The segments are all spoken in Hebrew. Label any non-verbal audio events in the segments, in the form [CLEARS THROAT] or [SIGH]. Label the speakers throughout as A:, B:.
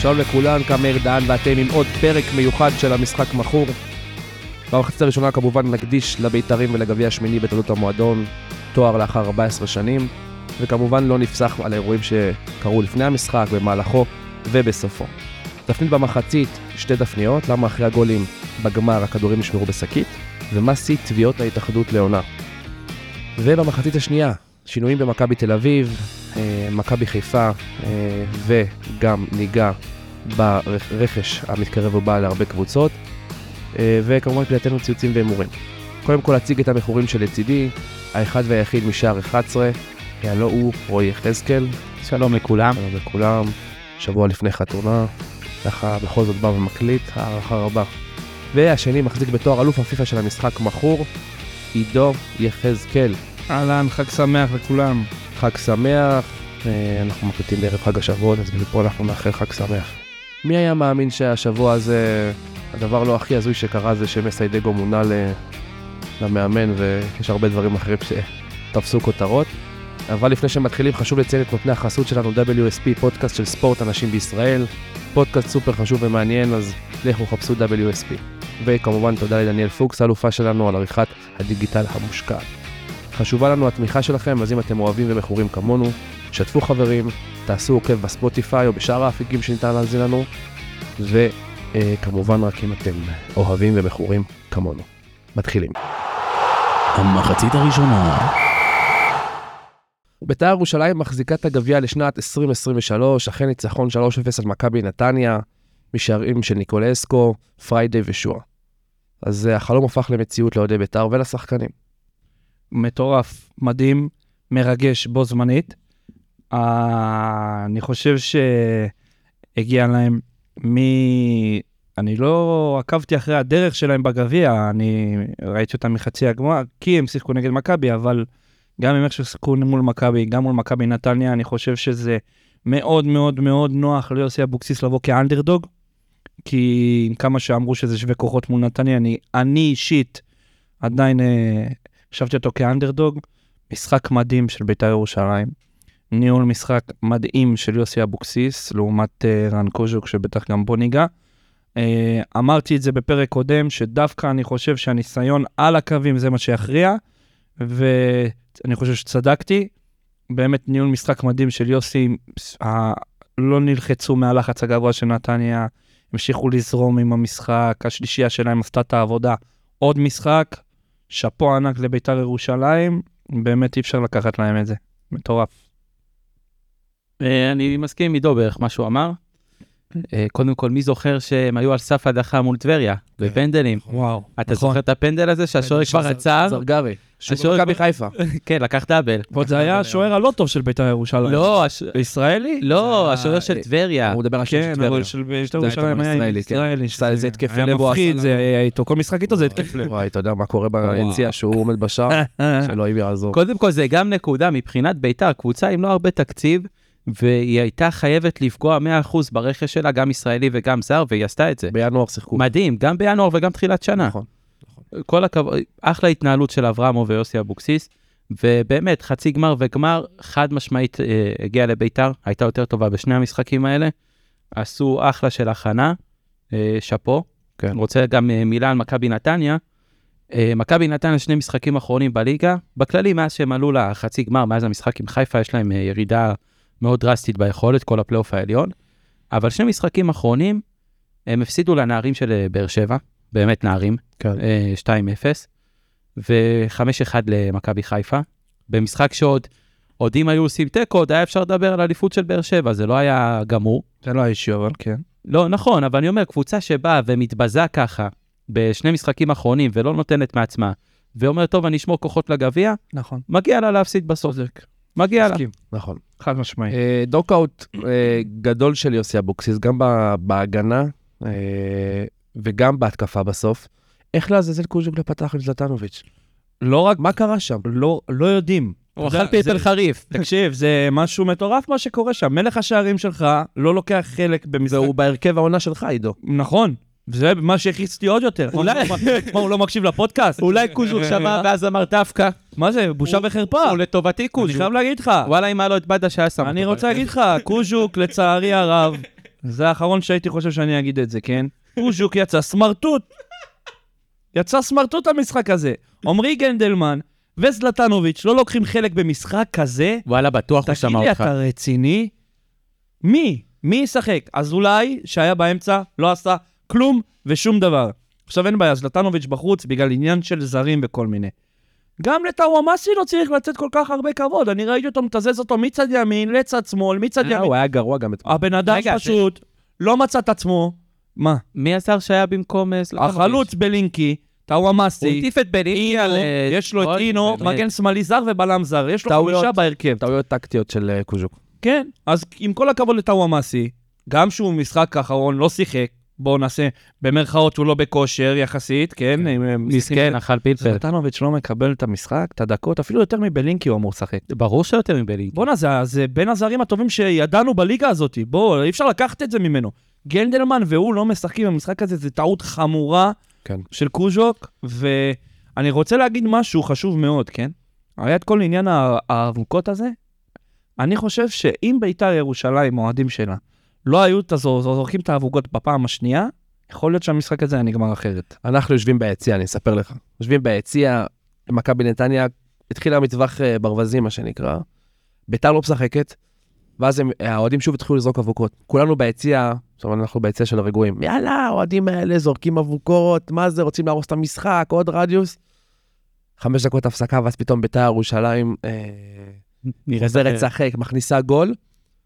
A: שלום לכולן, כאן מאיר דהן ואתם עם עוד פרק מיוחד של המשחק מכור. במחצית הראשונה כמובן נקדיש לבית"רים ולגביע השמיני בתולדות המועדון, תואר לאחר 14 שנים, וכמובן לא נפסח על האירועים שקרו לפני המשחק, במהלכו ובסופו. תפנית במחצית, שתי תפניות, למה אחרי הגולים בגמר הכדורים נשמרו בשקית, ומה שיא תביעות ההתאחדות לעונה. ובמחצית השנייה, שינויים במכבי תל אביב, אה, מכבי חיפה, אה, וגם ניגע ברכש המתקרב ובא להרבה קבוצות, אה, וכמובן פליאתנו ציוצים והימורים. קודם כל אציג את המכורים שלצידי, האחד והיחיד משער 11, הלא הוא רועי יחזקאל,
B: שלום לכולם.
A: שלום לכולם, שבוע לפני חתונה, ככה בכל זאת בא ומקליט, הערכה רבה. והשני מחזיק בתואר אלוף הפיפ"א של המשחק מכור, עידו יחזקאל.
C: אהלן, חג שמח לכולם.
A: חג שמח, אה, אנחנו מקליטים בערב חג השבועות, אז מפה אנחנו נאחל חג שמח. מי היה מאמין שהשבוע הזה, הדבר לא הכי הזוי שקרה זה שמסיידגו מונה ל- למאמן, ויש הרבה דברים אחרים שתפסו כותרות. אבל לפני שמתחילים חשוב לציין את נותני החסות שלנו WSP, פודקאסט של ספורט אנשים בישראל. פודקאסט סופר חשוב ומעניין, אז לכו חפשו WSP. וכמובן תודה לדניאל פוקס, האלופה שלנו, על עריכת הדיגיטל המושקעת. חשובה לנו התמיכה שלכם, אז אם אתם אוהבים ומכורים כמונו, שתפו חברים, תעשו עוקב בספוטיפיי או בשאר האפיקים שניתן להזין לנו, וכמובן רק אם אתם אוהבים ומכורים כמונו. מתחילים.
D: המחצית הראשונה,
A: בית"ר ירושלים מחזיקה את הגביע לשנת 2023, אחרי ניצחון 3-0 על מכבי נתניה, משערים של ניקולסקו, פריידי ושועה. אז אה, החלום הפך למציאות לאוהדי בית"ר ולשחקנים.
C: מטורף, מדהים, מרגש בו זמנית. אה, אני חושב שהגיע להם מ... אני לא עקבתי אחרי הדרך שלהם בגביע, אני ראיתי אותם מחצי הגמר, כי הם שיחקו נגד מכבי, אבל גם עם איך ששיחקו מול מכבי, גם מול מכבי נתניה, אני חושב שזה מאוד מאוד מאוד נוח ליוסי אבוקסיס לבוא כאנדרדוג, כי עם כמה שאמרו שזה שווה כוחות מול נתניה, אני, אני אישית עדיין אה, חשבתי אותו כאנדרדוג. משחק מדהים של בית"ר ירושלים. ניהול משחק מדהים של יוסי אבוקסיס, לעומת אה, רן קוז'וק, שבטח גם בו ניגע. אה, אמרתי את זה בפרק קודם, שדווקא אני חושב שהניסיון על הקווים זה מה שיכריע, ואני חושב שצדקתי. באמת ניהול משחק מדהים של יוסי, אה, לא נלחצו מהלחץ הגבוה של נתניה, המשיכו לזרום עם המשחק, השלישייה שלהם עשתה את העבודה. עוד משחק, שאפו ענק לביתר ירושלים, באמת אי אפשר לקחת להם את זה. מטורף.
B: אה, אני מסכים עם עידו בערך מה שהוא אמר. אה, קודם כל, מי זוכר שהם היו על סף הדחה מול טבריה, בפנדלים?
A: נכון.
C: וואו,
B: אתה זוכר את הפנדל הזה שהשוער כבר עצר?
A: זרגרי,
B: השוער-
A: שוב מכבי חיפה.
B: [LAUGHS] כן, לקח דאבל.
C: ועוד זה היה השוער הלא טוב של בית"ר ירושלים.
B: לא, הש-
C: ישראלי?
B: לא,
A: זה
B: השוער
A: היה-
B: של טבריה.
A: הוא מדבר על
C: כן,
A: שטבריה.
C: אבל של בית"ר
A: זה היה
C: ירושלים
A: אתמול
C: היה
A: ישראלי, כן.
C: ישראלי. כן.
A: עשה איזה התקף
C: היה
A: לב, הוא
C: מפחיד,
A: עשה
C: זה היה איתו. כל משחק [LAUGHS] איתו זה
A: [LAUGHS]
C: התקף לב.
A: וואי, אתה יודע מה קורה ביציע, שהוא עומד [LAUGHS] בשער, שאלוהים יעזור.
B: קודם כל, זה גם נקודה מבחינת ביתר, קבוצה עם לא הרבה תקציב, והיא הייתה חייבת לפגוע 100% ברכש שלה, גם ישראלי וגם זר, והיא עשתה את זה.
A: בינואר שיחקו.
B: מדהים, גם בינואר וגם תחילת שנה.
A: נכון.
B: כל הכבוד, אחלה התנהלות של אברמוב ויוסי אבוקסיס, ובאמת, חצי גמר וגמר, חד משמעית אה, הגיע לביתר, הייתה יותר טובה בשני המשחקים האלה, עשו אחלה של הכנה, אה, שאפו.
A: כן.
B: רוצה גם אה, מילה על מכבי נתניה. אה, מכבי נתניה שני משחקים אחרונים בליגה, בכללי מאז שהם עלו לחצי גמר, מאז המשחק עם חיפה, יש להם אה, ירידה מאוד דרסטית ביכולת, כל הפלייאוף העליון. אבל שני משחקים אחרונים, הם הפסידו לנערים של אה, באר שבע, באמת נערים,
A: כן.
B: אה, 2-0, ו-5-1 למכבי חיפה, במשחק שעוד, עוד אם היו עושים תיקו, עוד היה אפשר לדבר על אליפות של באר שבע, זה לא היה גמור.
C: זה לא האישיו, אבל כן.
B: לא, נכון, אבל אני אומר, קבוצה שבאה ומתבזה ככה בשני משחקים אחרונים ולא נותנת מעצמה, ואומרת, טוב, אני אשמור כוחות לגביע,
C: נכון.
B: מגיע לה להפסיד בסוף. מגיע לה.
C: מסכים.
A: נכון.
C: חד משמעית.
A: אה, דוקאוט אה, גדול של יוסי אבוקסיס, גם ב- בהגנה אה, וגם בהתקפה בסוף. איך לעזאזל קוז'וק לפתח עם זלטנוביץ'?
C: לא רק,
A: מה קרה שם?
C: לא לא יודעים.
B: הוא
C: זה-
B: אכל פלפל
C: זה-
B: חריף.
C: [LAUGHS] תקשיב, זה משהו מטורף מה שקורה שם. מלך השערים שלך לא לוקח חלק במשחק.
A: והוא בהרכב העונה שלך, עידו.
C: נכון. זה מה שהכעיס אותי עוד יותר.
B: אולי-
C: [LAUGHS] מה, הוא לא מקשיב לפודקאסט?
B: נכון,
C: אה,
B: אולי קוז'וק שמע ואז אמר דווקא,
C: מה זה, בושה וחרפה.
B: הוא לטובתי
C: אני
B: קוז'וק.
C: חייב להגיד לך,
B: וואלה, אם היה לו את בדה שהיה שם.
C: אני
B: אותו.
C: רוצה להגיד לך, קוז'וק, לצערי הרב, זה האחרון שהייתי חושב שאני אגיד את זה, כן? פוז'וק יצא סמרטוט. יצא סמרטוט המשחק הזה. עמרי גנדלמן וזלטנוביץ' לא לוקחים חלק במשחק כזה?
B: וואלה, בטוח הוא
C: תגיד
B: שמע
C: לי,
B: אותך.
C: אתה רציני? מי? מי ישחק? אזולאי, שהיה באמצע, לא עשה כלום ושום דבר. עכשיו אין בעיה, זלטנוביץ' בחוץ בגלל עניין של זרים וכל מיני. גם לטאוואמאסי לא צריך לצאת כל כך הרבה כבוד, אני ראיתי אותו מתזז אותו מצד ימין לצד שמאל, מצד
A: אה,
C: ימין.
A: הוא היה גרוע גם אתמול.
C: הבן אדם
B: רגע, לא
C: פשוט לא מצא את עצמו. מה?
B: מי הזר שהיה במקום אה, סלטנוביץ'?
C: החלוץ בלינקי,
B: הוא
C: טאוואמסי,
B: הטיף את בנינקי על... אה,
C: יש לו את
B: אוי,
C: אינו,
B: באמת.
C: מגן שמאלי זר ובלם זר, יש לו
A: טעויות.
C: חמישה בהרכב.
A: טעויות טקטיות של אה, קוז'וק.
C: כן, אז עם כל הכבוד לטאוואמאסי, גם שהוא משחק האחרון לא שיחק, בואו נעשה במרכאות שהוא לא בכושר יחסית, כן, אם, אה,
B: מסכן,
C: מסכן.
B: אכל פלפל.
C: זלטנוביץ' לא מקבל את המשחק, את הדקות, אפילו יותר מבלינקי הוא אמור לשחק.
B: ברור שיותר מבלינקי.
C: בואנה, זה, זה בין הזרים הטובים שידענו בליגה הזאת, בואו, אי אפשר לקחת את זה ממנו. גנדלמן והוא לא משחקים במשחק הזה, זו טעות חמורה
A: כן.
C: של קוז'וק, ואני רוצה להגיד משהו חשוב מאוד, כן? היה את כל עניין הא- האבוקות הזה. אני חושב שאם ביתר ירושלים, האוהדים שלה, לא היו את הזו- זו- זורקים את האבוקות בפעם השנייה, יכול להיות שהמשחק הזה היה נגמר אחרת.
A: אנחנו יושבים ביציע, אני אספר לך. יושבים ביציע, מכבי נתניה, התחילה מטווח אה, ברווזים, מה שנקרא. ביתר לא משחקת, ואז הם- האוהדים שוב התחילו לזרוק אבוקות. כולנו ביציע, זאת אומרת, אנחנו ביציע של הרגועים. יאללה, האוהדים האלה זורקים אבוקות, מה זה, רוצים להרוס את המשחק, עוד רדיוס. חמש דקות הפסקה, ואז פתאום ביתר ירושלים אה,
B: נראה
A: חוזרת
B: אחרת.
A: לשחק, מכניסה גול.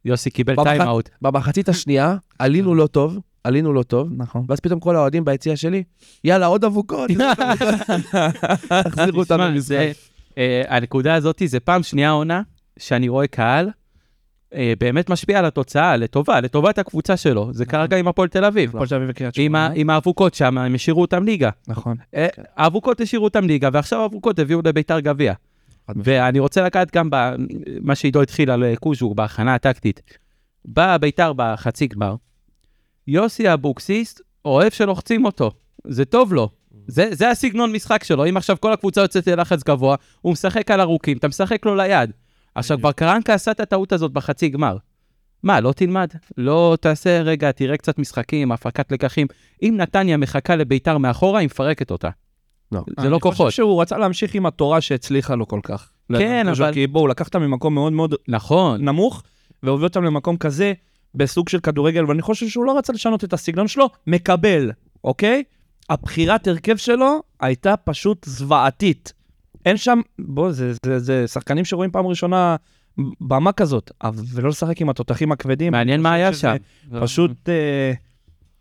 B: יוסי קיבל
A: פעם אחת-
B: טיימאוט.
A: במחצית השנייה, עלינו לא טוב, עלינו לא טוב,
C: נכון.
A: ואז פתאום כל האוהדים ביציע שלי, יאללה, עוד אבוקות, תחזירו אותנו
B: תשמע,
A: למשחק.
B: זה- אה, הנקודה הזאת זה פעם שנייה עונה שאני רואה קהל אה, באמת משפיע על התוצאה, לטובה, לטובת הקבוצה שלו.
A: נכון.
B: זה כרגע עם הפועל תל אביב.
C: הפועל תל אביב וקריית
B: עם ה-
C: שמונה.
B: עם האבוקות שם, הם השאירו אותם ליגה.
C: נכון.
B: אה, האבוקות השאירו אותם ליגה, ועכשיו האבוקות הביאו לביתר גביע.
A: חד
B: ואני רוצה לגעת גם במה שעידו התחיל על אה, קוז'ור, בהכנה הטקטית. באה ביתר בחצי גמר, יוסי אבוקסיס אוהב שלוחצים אותו, זה טוב לו. זה, זה הסגנון משחק שלו, אם עכשיו כל הקבוצה יוצאת ללחץ גבוה, הוא משחק על ארוכים, אתה משחק לו ליד. עכשיו, כבר קרנקה עשה את הטעות הזאת בחצי גמר. מה, לא תלמד? לא תעשה רגע, תראה קצת משחקים, הפקת לקחים. אם נתניה מחכה לביתר מאחורה, היא מפרקת אותה.
A: לא.
B: זה לא
C: אני
B: כוחות.
C: חושב שהוא רצה להמשיך עם התורה שהצליחה לו כל כך.
B: כן,
C: לדן קוז'וק,
B: אבל-
C: כי בואו, לקחת ממקום מאוד מאוד
B: נכון.
C: נמוך, והוביל אותם למקום כזה, בסוג של כדורגל, ואני חושב שהוא לא רצה לשנות את הסגנון שלו, מקבל, אוקיי? הבחירת הרכב שלו הייתה פשוט זוועתית. אין שם, בוא, זה, זה, זה שחקנים שרואים פעם ראשונה במה כזאת, אבל- ולא לשחק עם התותחים הכבדים.
B: מעניין מה
C: אני
B: היה
C: חושב
B: שם.
C: שזה פשוט אה,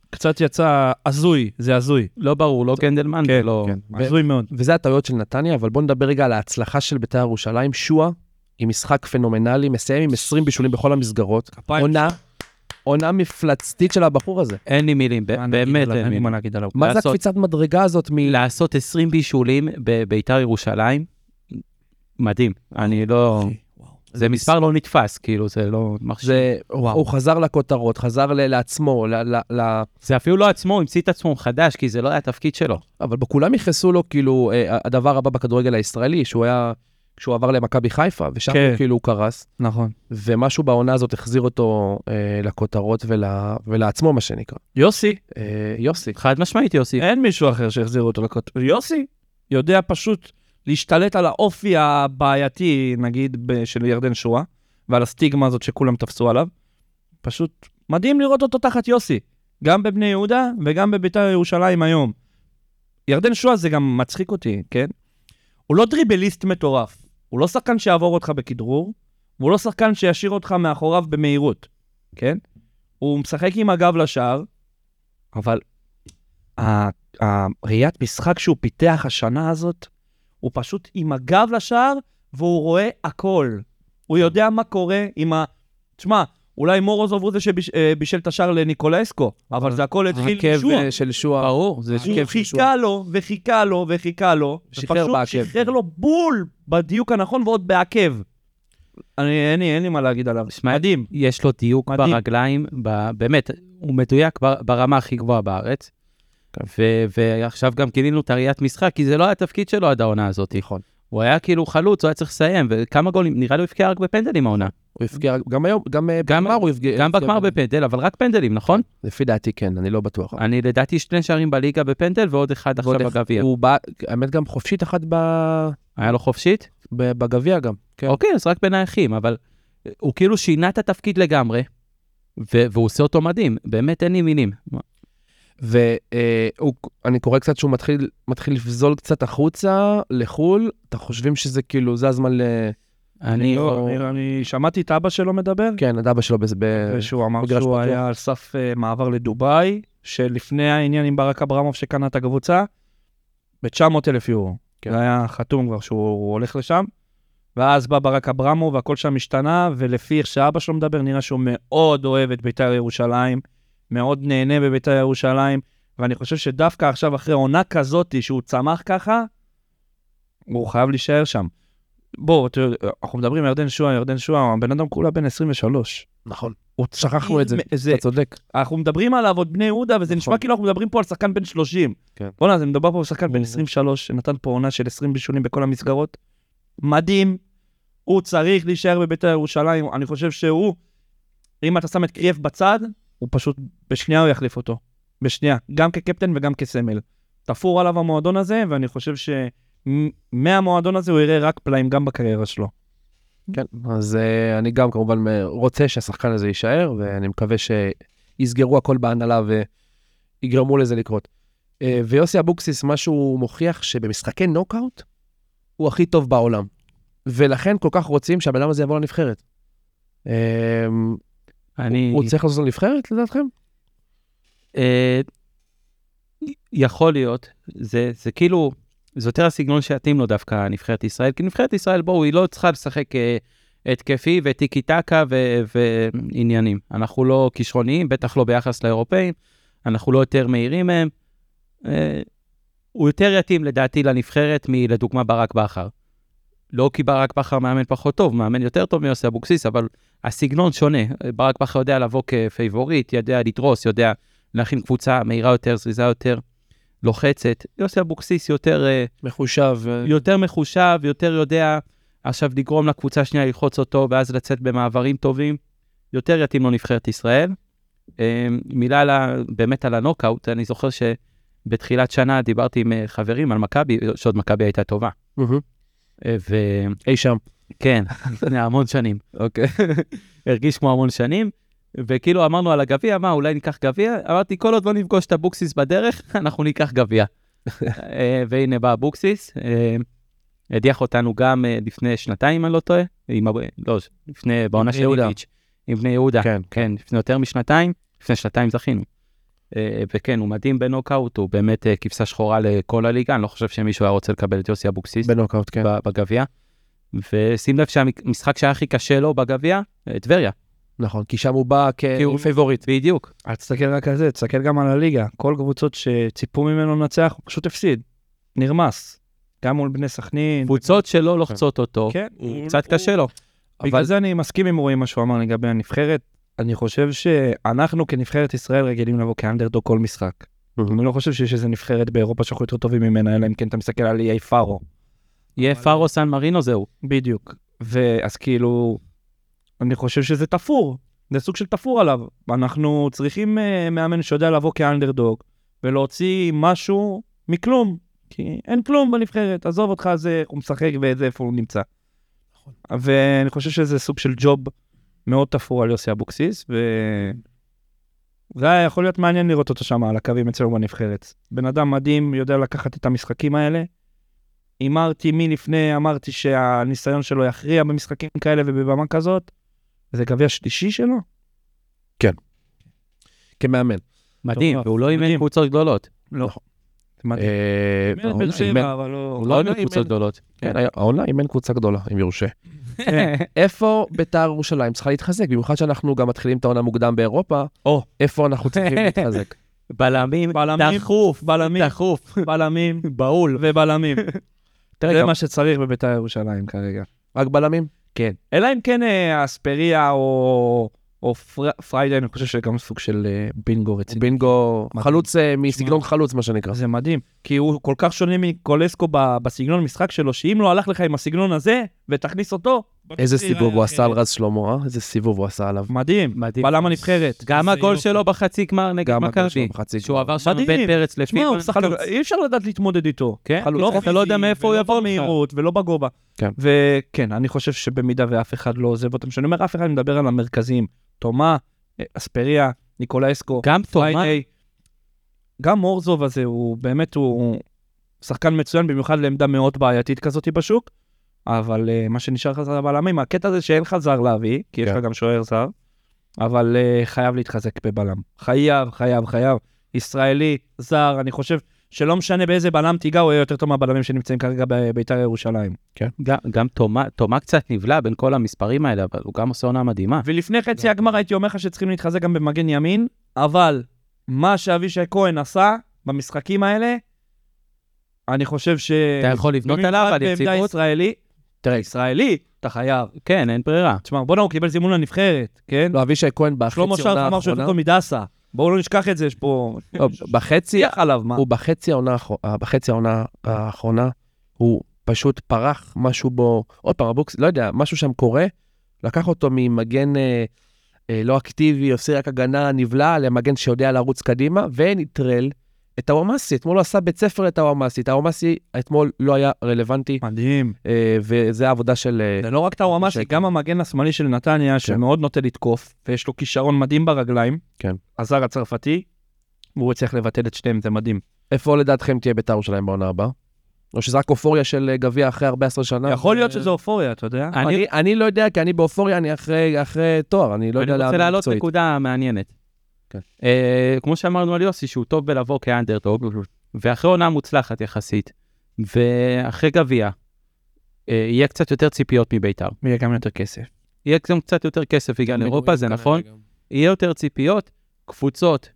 C: קצת יצא הזוי, זה הזוי.
B: לא ברור, לא גנדלמן,
C: כן,
B: לא...
A: ו-
C: הזוי מאוד.
A: וזה הטעויות של נתניה, אבל בואו נדבר רגע על ההצלחה של בית"ר ירושלים. שועה, עם משחק פנומנלי, מסיים עם 20 בישולים בכל המסגרות.
C: כפיים.
A: עונה, עונה מפלצתית של הבחור הזה.
B: אין לי מילים, ב- באמת
C: אין
B: אין
C: לי מה
B: מילים.
C: להגיד עליו.
A: מה זה
B: לעשות-
A: הקפיצת מדרגה הזאת מ...
B: לעשות 20 בישולים בביתר ירושלים, מדהים. אני לא... זה מספר לא נתפס, כאילו, זה לא... מחשיב.
A: זה, הוא חזר לכותרות, חזר ל- לעצמו, ל- ל- ל-
B: זה אפילו לא עצמו, הוא המציא את עצמו מחדש, כי זה לא היה התפקיד שלו.
A: אבל כולם ייחסו לו כאילו אה, הדבר הבא בכדורגל הישראלי, שהוא היה, כשהוא עבר למכבי חיפה, ושם
C: כן.
A: הוא כאילו הוא קרס,
C: נכון.
A: ומשהו בעונה הזאת החזיר אותו אה, לכותרות ול, ולעצמו, מה שנקרא.
C: יוסי,
A: אה, יוסי.
B: חד משמעית, יוסי.
C: אין מישהו אחר שהחזיר אותו לכותל. יוסי יודע פשוט להשתלט על האופי הבעייתי, נגיד, ב- של ירדן שואה, ועל הסטיגמה הזאת שכולם תפסו עליו. פשוט מדהים לראות אותו תחת יוסי, גם בבני יהודה וגם בביתר ירושלים היום. ירדן שואה זה גם מצחיק אותי, כן? הוא לא דריבליסט מטורף. הוא לא שחקן שיעבור אותך בכדרור, והוא לא שחקן שישאיר אותך מאחוריו במהירות, כן? הוא משחק עם הגב לשער, אבל ה- הראיית משחק שהוא פיתח השנה הזאת, הוא פשוט עם הגב לשער, והוא רואה הכל. הוא יודע מה קורה עם ה... תשמע, אולי מורוזוב הוא זה שבישל את השער לניקולסקו, אבל זה הכל התחיל
A: עקב
C: משוע.
A: אה, של שועה.
B: ברור, זה
A: הרכב
C: הוא
A: של שועה.
C: חיכה לו, וחיכה לו, וחיכה לו,
A: שחרר
C: ופשוט
A: בעקב.
C: שחרר לו בול בדיוק הנכון ועוד בעקב. אני, אין לי, אין לי מה להגיד עליו.
B: שמע,
C: מדהים.
B: יש לו דיוק
C: מדהים.
B: ברגליים, ב... באמת, הוא מדויק בר... ברמה הכי גבוהה בארץ. ו... ועכשיו גם גילינו את הראיית משחק, כי זה לא היה התפקיד שלו עד העונה הזאת.
A: נכון.
B: הוא היה כאילו חלוץ, הוא היה צריך לסיים, וכמה גולים, נראה לי הוא הבקיע רק בפנדלים העונה.
A: הוא הפגיע, גם היום, גם אה,
B: גם-
A: בגמר הוא הפגיע.
B: גם
A: הפגיע
B: בגמר
A: פנדלים.
B: בפנדל, אבל רק פנדלים, נכון?
A: לפי דעתי כן, אני לא בטוח.
B: אני לדעתי שני שערים בליגה בפנדל ועוד אחד עכשיו
A: ועוד איך-
B: בגביע.
A: הוא בא, האמת גם חופשית אחת ב-
B: היה לו חופשית?
A: ב- בגביע גם. כן.
B: אוקיי, אז רק בין האחים, אבל הוא כאילו שינה את התפקיד לגמרי, ו- והוא עושה אותו מדהים, באמת אין לי מילים.
A: לא- ואני אה, קורא קצת שהוא מתחיל, מתחיל לפזול קצת החוצה לחו"ל, אתם חושבים שזה כאילו, זה הזמן ל...
B: אני...
C: לא, אני- אני שמעתי את אבא שלו מדבר,
A: כן, עד אבא שלו בזה. ב-
B: אוקיי.
C: ושהוא אמר
A: מגרש
C: שהוא
A: פתוח.
C: היה על סף אה, מעבר לדובאי, שלפני העניין עם ברק אברמוב שקנה את הקבוצה, ב-900 אלף יורו.
A: כן.
C: זה היה חתום כבר שהוא הולך לשם, ואז בא ברק אברמוב והכל שם השתנה, ולפי איך שאבא שלו מדבר, נראה שהוא מאוד אוהב את בית"ר ירושלים, מאוד נהנה בבית"ר ירושלים, ואני חושב שדווקא עכשיו, אחרי עונה כזאת שהוא צמח ככה, הוא חייב להישאר שם. בואו, תראו, אנחנו מדברים על ירדן שואה, ירדן שואה, הבן אדם כולה בן 23.
A: נכון.
C: הוא
A: שכחנו את זה,
C: זה.
A: אתה צודק.
C: אנחנו מדברים עליו עוד בני יהודה, וזה
A: נכון.
C: נשמע כאילו אנחנו מדברים פה על שחקן בן 30.
A: כן. אה.
C: בוא'נה, זה מדובר פה על שחקן בן
A: הוא-
C: 23, שנתן פה עונה של 20 בישולים בכל המסגרות. מדהים. הוא צריך להישאר בבית"ר ירושלים, אני חושב שהוא, אם אתה שם את קריאף בצד, הוא פשוט, בשנייה הוא יחליף אותו. בשנייה, גם כקפטן וגם כסמל. תפור עליו המועדון הזה, ואני חושב שמהמועדון הזה הוא יראה רק פלאים גם בקריירה שלו.
A: כן, אז אה, אני גם כמובן מ- רוצה שהשחקן הזה יישאר, ואני מקווה שיסגרו הכל בהנהלה ויגרמו לזה לקרות. אה, ויוסי אבוקסיס, מה שהוא מוכיח שבמשחקי נוקאוט, הוא הכי טוב בעולם. ולכן כל כך רוצים שהבן אדם הזה יבוא לנבחרת. אה,
B: אני...
A: הוא צריך לעשות לנבחרת לדעתכם?
B: אה, יכול להיות, זה, זה כאילו, זה יותר הסגנון שיתאים לו דווקא נבחרת ישראל, כי נבחרת ישראל, בואו, היא לא צריכה לשחק אה, התקפי וטיקי טקה ו- ועניינים. אנחנו לא כישרוניים, בטח לא ביחס לאירופאים, אנחנו לא יותר מהירים מהם. אה, הוא יותר יתאים לדעתי לנבחרת מלדוגמה ברק בכר. לא כי ברק בכר מאמן פחות טוב, מאמן יותר טוב מיוסי אבוקסיס, אבל הסגנון שונה. ברק בכר יודע לבוא כפייבוריט, יודע לדרוס, יודע להכין קבוצה מהירה יותר, זריזה יותר, לוחצת. יוסי אבוקסיס יותר, אה,
A: מחושב.
B: יותר מחושב, יותר יודע עכשיו לגרום לקבוצה השנייה ללחוץ אותו, ואז לצאת במעברים טובים. יותר יתאים לו נבחרת ישראל. אה, מילה על ה, באמת על הנוקאוט, אני זוכר שבתחילת שנה דיברתי עם אה, חברים על מכבי, שעוד מכבי הייתה טובה. אה, ו...
A: אי שם.
B: כן, [LAUGHS] לפני המון שנים. אוקיי. [LAUGHS] הרגיש כמו המון שנים, וכאילו אמרנו על הגביע, מה, אולי ניקח גביע? אמרתי, כל עוד לא נפגוש את אבוקסיס בדרך, [LAUGHS] אנחנו ניקח
A: [LAUGHS]
B: גביע. אה, והנה בא אבוקסיס, אה, הדיח אותנו גם אה, לפני שנתיים, אני לא טועה, עם, הב- לא, לפני, בעונה
A: בני
B: של
A: יהודה.
B: איביץ', עם בני יהודה.
A: כן.
B: כן, לפני יותר משנתיים, לפני שנתיים זכינו. אה, וכן, הוא מדהים בנוקאוט, הוא באמת אה, כבשה שחורה לכל הליגה, אני לא חושב שמישהו היה רוצה לקבל את יוסי אבוקסיס.
A: בנוקאוט, כן.
B: ב- בגביע. ושים לב שהמשחק שהיה הכי קשה לו בגביע, אה, טבריה.
A: נכון, כי שם הוא בא
B: הוא-
A: כפייבוריט.
B: בדיוק.
C: אל תסתכל רק על זה, תסתכל גם על הליגה. כל קבוצות שציפו ממנו לנצח, הוא פשוט הפסיד. נרמס. גם מול בני סכנין.
B: קבוצות שלא לוחצות אותו,
C: כן,
B: קצת קשה לו.
C: בגלל זה אני מסכים עם אורי מה שהוא אמר לגבי הנבחרת. אני חושב שאנחנו כנבחרת ישראל רגילים לבוא כאנדרדוג כל משחק. אני לא חושב שיש איזה נבחרת באירופה שאנחנו יותר טובים ממנה, אלא אם כן אתה מסתכל על איי פארו.
B: יהיה פארו סן מרינו זהו.
C: בדיוק. ואז כאילו, אני חושב שזה תפור. זה סוג של תפור עליו. אנחנו צריכים uh, מאמן שיודע לבוא כאנדרדוג ולהוציא משהו מכלום. כי אין כלום בנבחרת, עזוב אותך, זה, איך הוא משחק ואיזה איפה הוא נמצא. ואני חושב שזה סוג של ג'וב מאוד תפור על יוסי אבוקסיס, ו... זה היה יכול להיות מעניין לראות אותו שם על הקווים אצלנו בנבחרת. בן אדם מדהים, יודע לקחת את המשחקים האלה. הימרתי מלפני, אמרתי שהניסיון שלו יכריע במשחקים כאלה ובבמה כזאת. זה גביע שלישי שלו?
A: כמאמן.
B: מדהים,
C: מטורף.
B: והוא לא אימן
C: מדהים.
B: קבוצות גדולות.
C: לא. זה מדהים.
A: אה,
C: אימן את באר
A: אימן-
C: שבע, אבל לא...
B: הוא לא אימן
A: אימן-
B: קבוצות
C: [LAUGHS]
B: גדולות.
A: כן, העונה אם אין קבוצה גדולה, אם יורשה. איפה ביתר ירושלים צריכה להתחזק? במיוחד שאנחנו גם מתחילים את העונה מוקדם באירופה,
C: או.
A: איפה אנחנו
C: [LAUGHS]
A: צריכים להתחזק?
B: בלמים,
C: בלמים,
B: דחוף,
C: בלמים, [LAUGHS]
B: דחוף.
C: בלמים, בהול ובלמים.
A: תראה,
C: זה
A: גם-
C: מה שצריך בבית"ר ירושלים כרגע.
A: רק בלמים?
C: כן. אלא אם כן אה, אספריה או או פר... פריידי, אני חושב שגם סוג של אה, בינגו רציני.
A: בינגו,
C: מדהים.
A: חלוץ אה, מסגנון חלוץ, מה שנקרא.
C: זה מדהים, כי הוא כל כך שונה מקולסקו ב- בסגנון משחק שלו, שאם לא הלך לך עם הסגנון הזה, ותכניס אותו,
A: איזה
E: בקציר
A: סיבוב
E: היה
A: הוא עשה על
E: אחרת.
A: רז שלמה, אה? איזה סיבוב הוא עשה עליו.
C: מדהים.
B: מדהים.
C: בלם הנבחרת.
B: גם
E: זה
B: הגול
E: יופי.
B: שלו בחצי גמר נגד
A: גם הגול שלו
B: מכבי,
A: בחצי
B: שהוא
A: גמר.
B: עבר שם
C: מדהים.
B: בין פרץ
C: תשמע, הוא
B: לפיפן.
C: שחקן, אי אפשר לדעת להתמודד איתו.
B: כן,
C: חלוץ.
B: לא, אתה לא יודע
E: פיזי
B: מאיפה הוא
E: ולא
B: יבוא לך.
C: במהירות ולא בגובה.
A: כן.
C: וכן, אני חושב שבמידה ואף אחד לא עוזב אותם, כשאני אומר אף אחד, אני מדבר על המרכזיים. תומה, אה, אספריה, ניקולסקו,
B: גם תומה,
C: פריידי. גם מורזוב הזה, הוא באמת, הוא שחקן מצוין, במיוחד לעמדה מאוד בעייתית כזאת בשוק, אבל אה, מה שנשאר לך זה הבלמים, הקטע זה שאין לך זר להביא, כי יש
A: כן.
C: לך גם שוער זר, אבל אה, חייב להתחזק בבלם. חייב, חייב, חייב. ישראלי, זר, אני חושב שלא משנה באיזה בלם תיגע, הוא יהיה יותר טוב מהבלמים שנמצאים כרגע בביתר ירושלים.
B: גם- גם תומה- תומה קצת נבלע בין כל המספרים האלה, אבל הוא גם עושה עונה מדהימה.
C: ולפני חצי הגמר הייתי אומר לך שצריכים להתחזק גם במגן ימין, אבל מה שאבישי כהן עשה במשחקים האלה, אני חושב ש...
B: אתה יכול
C: לא
B: לבנות עליו על
C: כן. במיוחד בעמדה
B: יציבות.
C: ישראלי, תראה, ישראלי, אתה חייב.
B: כן, אין ברירה.
C: תשמע, בואנה, הוא קיבל זימון לנבחרת, כן?
A: לא, אבישי כהן בחצי
C: שלמה שרף
A: העונה
C: אמר שהוא
A: האחרונה,
C: יותר טוב מדסה. בואו לא נשכח את זה, יש פה...
A: לא, בחצי,
C: שיח עליו, מה?
A: הוא בחצי העונה, האחר- אה, בחצי העונה האחרונה, הוא פשוט פרח משהו בו, עוד פעם, הבוקס, לא יודע, משהו שם קורה, לקח אותו ממגן אה, אה, לא אקטיבי, עושה רק הגנה נבלע, למגן שיודע לרוץ קדימה, ונטרל את הוואמאסי. אתמול הוא עשה בית ספר את הוואמאסי, את הוואמאסי אתמול לא היה רלוונטי,
C: מדהים.
A: אה, וזה העבודה של... אה,
C: זה לא רק טאוואמאסי,
A: שקר.
C: גם המגן השמאלי של נתניה, שמאוד נוטה לתקוף, ויש לו כישרון מדהים ברגליים.
A: כן.
C: הזר הצרפתי, והוא הצליח לבטל את שניהם, זה מדהים.
A: איפה לדעתכם תהיה בית"ר ירושלים בעונה הבאה? או שזה רק אופוריה של אה, גביע אחרי 14 שנה?
C: יכול להיות שזה אופוריה, אתה יודע?
B: אני-
A: אני, אני לא יודע, כי אני באופוריה, אני אחרי, אחרי תואר, אני לא
B: אני
A: יודע
B: רוצה
A: לאן
B: להעלות
A: מקצועית.
B: נקודה מעניינת.
A: כן.
B: אה, כמו שאמרנו על יוסי, שהוא טוב בלבוא כאנדרדוג, ואחרי עונה מוצלחת יחסית, ואחרי גביע, אה, יהיה קצת יותר ציפיות מביתר.
C: יהיה גם יותר כסף.
B: יהיה גם קצת יותר כסף בגלל אירופה, זה נכון, יהיה יותר ציפיות, קבוצות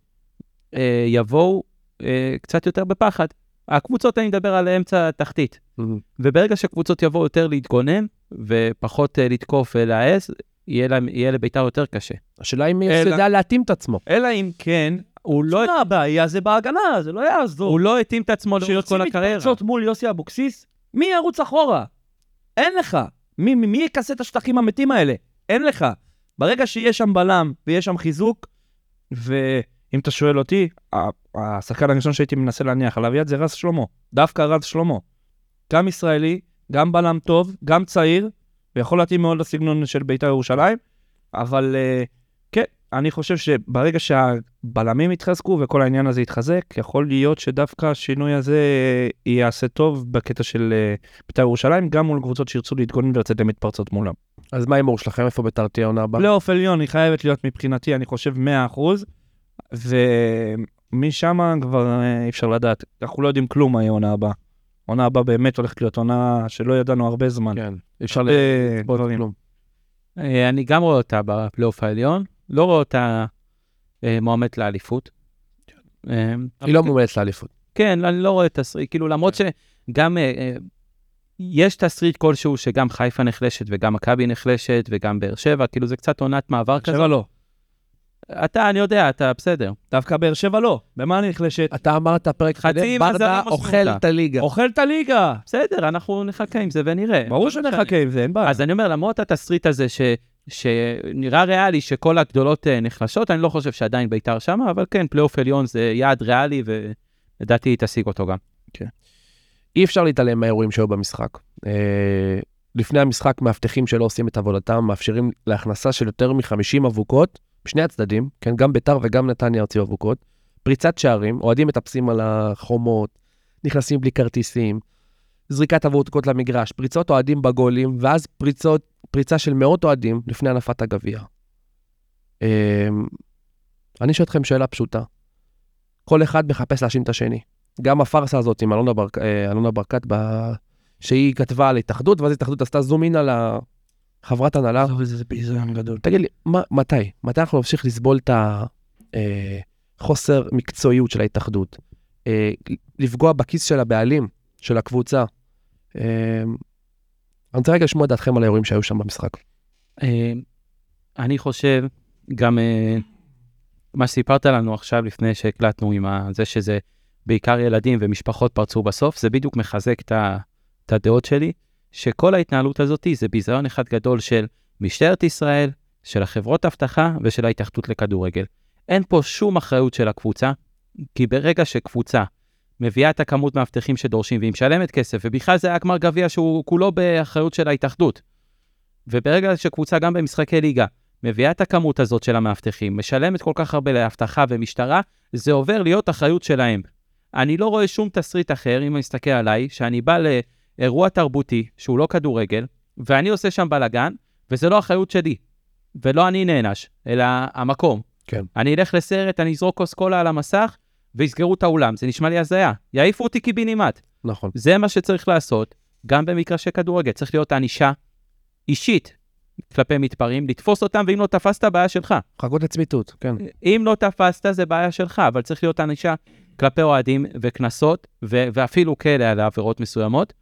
B: אה, יבואו אה, קצת יותר בפחד. הקבוצות, אני מדבר על אמצע התחתית.
A: מהמם.
B: וברגע שקבוצות יבואו יותר להתגונן, ופחות אה, לתקוף ולהעז, יהיה להם- יהיה לביתר יותר קשה.
A: השאלה אם
C: אלא-
B: אה,
A: יוסי יודע
B: לא.
A: להתאים את עצמו.
C: אלא אם כן, הוא לא... שמע, הבעיה זה בהגנה, זה לא יעזור.
B: הוא לא התאים את עצמו לאורך כל הקריירה.
C: מתפרצות מול יוסי אבוקסיס, מי ירוץ אחורה? אין לך. מי, מי, מי יכסה את השטחים המתים האלה? אין לך. ברגע שיש שם בלם ויש שם חיזוק, ואם אתה שואל אותי, ה- השחקן הראשון שהייתי מנסה להניח עליו יד זה רז שלמה. דווקא רז שלמה. גם ישראלי, גם בלם טוב, גם צעיר, ויכול להתאים מאוד לסגנון של בית"ר ירושלים, אבל אה, כן, אני חושב שברגע שהבלמים יתחזקו וכל העניין הזה יתחזק, יכול להיות שדווקא השינוי הזה אה, יעשה טוב בקטע של אה, בית"ר ירושלים, גם מול קבוצות שירצו להתגונן ולצאת למתפרצות מולם.
A: אז מה ההימור שלכם? איפה ביתר תהיה העונה
B: לא.
A: הבאה?
C: פלייאוף עליון היא חייבת להיות מבחינתי, אני חושב 100%, ומשם כבר אה, אי אפשר לדעת. אנחנו לא יודעים כלום מה יהיה העונה הבאה. העונה הבאה באמת הולכת להיות עונה שלא ידענו הרבה זמן.
A: כן, אי אפשר
C: אה,
A: לצפות
C: דברים.
A: כלום.
B: אה, אני גם רואה אותה בפלייאוף העליון, לא רואה אותה אה, מועמדת לאליפות.
C: כן.
B: אה,
A: היא לא מומלצת לאליפות.
B: כן, אני לא רואה תסריט, כאילו למרות
C: כן.
B: שגם אה, אה, יש תסריט כלשהו שגם חיפה נחלשת וגם מכבי נחלשת וגם באר שבע, כאילו זה קצת עונת מעבר
C: באר
B: כזאת.
C: שבע לא.
B: אתה, אני יודע, אתה בסדר.
C: דווקא באר שבע לא. במה אני נחלשת?
A: אתה אמרת פרק
B: חצי
A: קודם,
B: עם
A: ברדה
B: הזרים
A: אוכל
B: משמעותה.
A: את הליגה.
C: אוכל את הליגה.
B: בסדר, אנחנו נחכה עם זה ונראה.
C: ברור
B: לא משנה.
C: שנחכה עם זה, אין בעיה.
B: אז אני אומר, למרות התסריט הזה ש... שנראה ריאלי שכל הגדולות אה, נחלשות, אני לא חושב שעדיין ביתר שמה, אבל כן, פלייאוף עליון זה יעד ריאלי, ולדעתי היא תשיג אותו גם.
A: אי אפשר להתעלם מהאירועים שהיו במשחק. אה, לפני המשחק, מאבטחים שלא עושים את עבודתם, מאפשרים להכנסה של יותר מ-50 אבוקות, בשני הצדדים, כן, גם ביתר וגם נתניה הוציאו אבוקות, פריצת שערים, אוהדים מטפסים על החומות, נכנסים בלי כרטיסים, זריקת אבוקות למגרש, פריצות אוהדים בגולים, ואז פריצות, פריצה של מאות אוהדים לפני הנפת הגביע. אה, אני שואל אתכם שאלה פשוטה. כל אחד מחפש להאשים את השני. גם הפארסה הזאת עם אלונה, ברק, אה, אלונה ברקת, ב... שהיא כתבה על התאחדות, ואז התאחדות עשתה זום אין על חברת הנהלה.
C: עזוב את זה, זה ביזיון גדול.
A: תגיד לי, מה, מתי? מתי אנחנו נמשיך לסבול את החוסר מקצועיות של ההתאחדות? אה, לפגוע בכיס של הבעלים, של הקבוצה? אה, אני רוצה רגע לשמוע את דעתכם על האירועים שהיו שם במשחק.
B: אה, אני חושב, גם אה, מה שסיפרת לנו עכשיו לפני שהקלטנו עם ה- זה שזה בעיקר ילדים ומשפחות פרצו בסוף, זה בדיוק מחזק את ה- את הדעות שלי, שכל ההתנהלות הזאת זה ביזיון אחד גדול של משטרת ישראל, של החברות אבטחה ושל ההתאחדות לכדורגל. אין פה שום אחריות של הקבוצה, כי ברגע שקבוצה מביאה את הכמות מאבטחים שדורשים והיא משלמת כסף, ובכלל זה היה גמר גביע שהוא כולו באחריות של ההתאחדות. וברגע שקבוצה גם במשחקי ליגה מביאה את הכמות הזאת של המאבטחים, משלמת כל כך הרבה לאבטחה ומשטרה, זה עובר להיות אחריות שלהם. אני לא רואה שום תסריט אחר, אם אני מסתכל עליי, שאני בא לאירוע תרבותי שהוא לא כדורגל, ואני עושה שם בלאגן, וזה לא אחריות שלי. ולא אני נענש, אלא המקום.
A: כן.
B: אני אלך לסרט, אני אזרוק כוס קולה על המסך, ויסגרו את האולם. זה נשמע לי הזיה. יעיפו אותי קיבינימט.
A: נכון.
B: זה מה שצריך לעשות, גם במגרשי כדורגל. צריך להיות ענישה אישית כלפי מתפרעים, לתפוס אותם, ואם לא תפסת, בעיה שלך.
A: חכות לצמיתות, כן.
B: אם לא תפסת, זה בעיה שלך, אבל צריך להיות ענישה כלפי אוהדים וקנסות, ו- ואפילו כלא על עבירות מסוימות,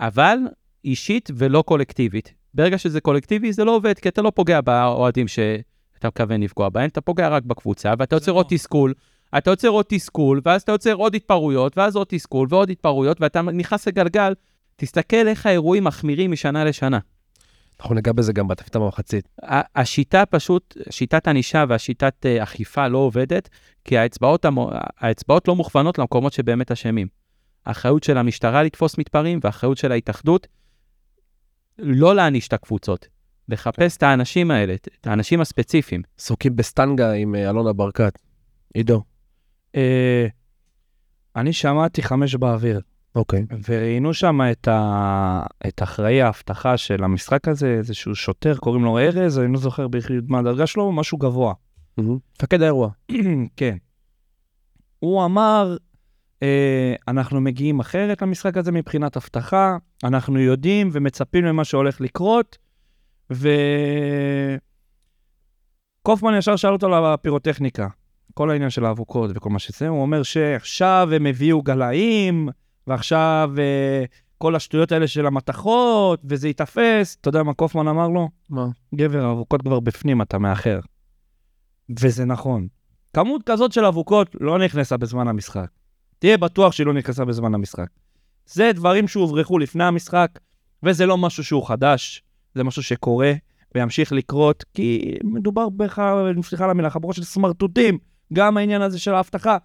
B: אבל אישית ולא קולקטיבית. ברגע שזה קולקטיבי, זה לא עובד, כי אתה לא פוגע באוהדים שאתה מכוון לפגוע בהם, אתה פוגע רק בקבוצה, ואתה יוצר עוד תסכול. אתה יוצר עוד תסכול, ואז אתה יוצר עוד התפרעויות, ואז עוד תסכול ועוד התפרעויות, ואתה נכנס לגלגל. תסתכל איך האירועים מחמירים משנה לשנה.
A: אנחנו ניגע בזה גם בתפקיד המחצית.
B: ה- השיטה פשוט, שיטת ענישה והשיטת אה, אכיפה לא עובדת, כי האצבעות, המו, האצבעות לא מוכוונות למקומות שבאמת אשמים. האחריות של המשטרה לתפוס מתפרעים והאחריות של ההתאחדות לא להעניש את הקבוצות, לחפש את האנשים האלה, את- את האנשים הספציפיים.
A: עסוקים בסטנגה עם אה, אלונה ברקת. עידו.
C: אה, אני שמעתי חמש באוויר,
A: אוקיי.
C: וראיינו שם את, ה... את אחראי האבטחה של המשחק הזה, איזשהו שוטר, קוראים לו ארז, אני לא זוכר בדיוק מה הדרגה שלו, משהו גבוה.
A: מפקד האירוע.
C: [CLEARS THROAT] כן. הוא אמר, אה, אנחנו מגיעים אחרת למשחק הזה מבחינת אבטחה, אנחנו יודעים ומצפים למה שהולך לקרות, ו... קופמן ישר שאל אותו על הפירוטכניקה, כל העניין של האבוקות וכל מה שזה, הוא אומר שעכשיו הם הביאו גלאים, ועכשיו אה, כל השטויות האלה של המתכות, וזה ייתפס. אתה יודע מה קופמן אמר לו?
A: מה?
C: גבר, האבוקות כבר בפנים, אתה מאחר. וזה נכון. כמות כזאת של אבוקות לא נכנסה בזמן המשחק. תהיה בטוח שהיא לא נכנסה בזמן המשחק. זה דברים שהוברחו לפני המשחק, וזה לא משהו שהוא חדש, זה משהו שקורה וימשיך לקרות, כי מדובר בך, סליחה על המילה, חבורה של סמרטוטים, גם העניין הזה של האבטחה.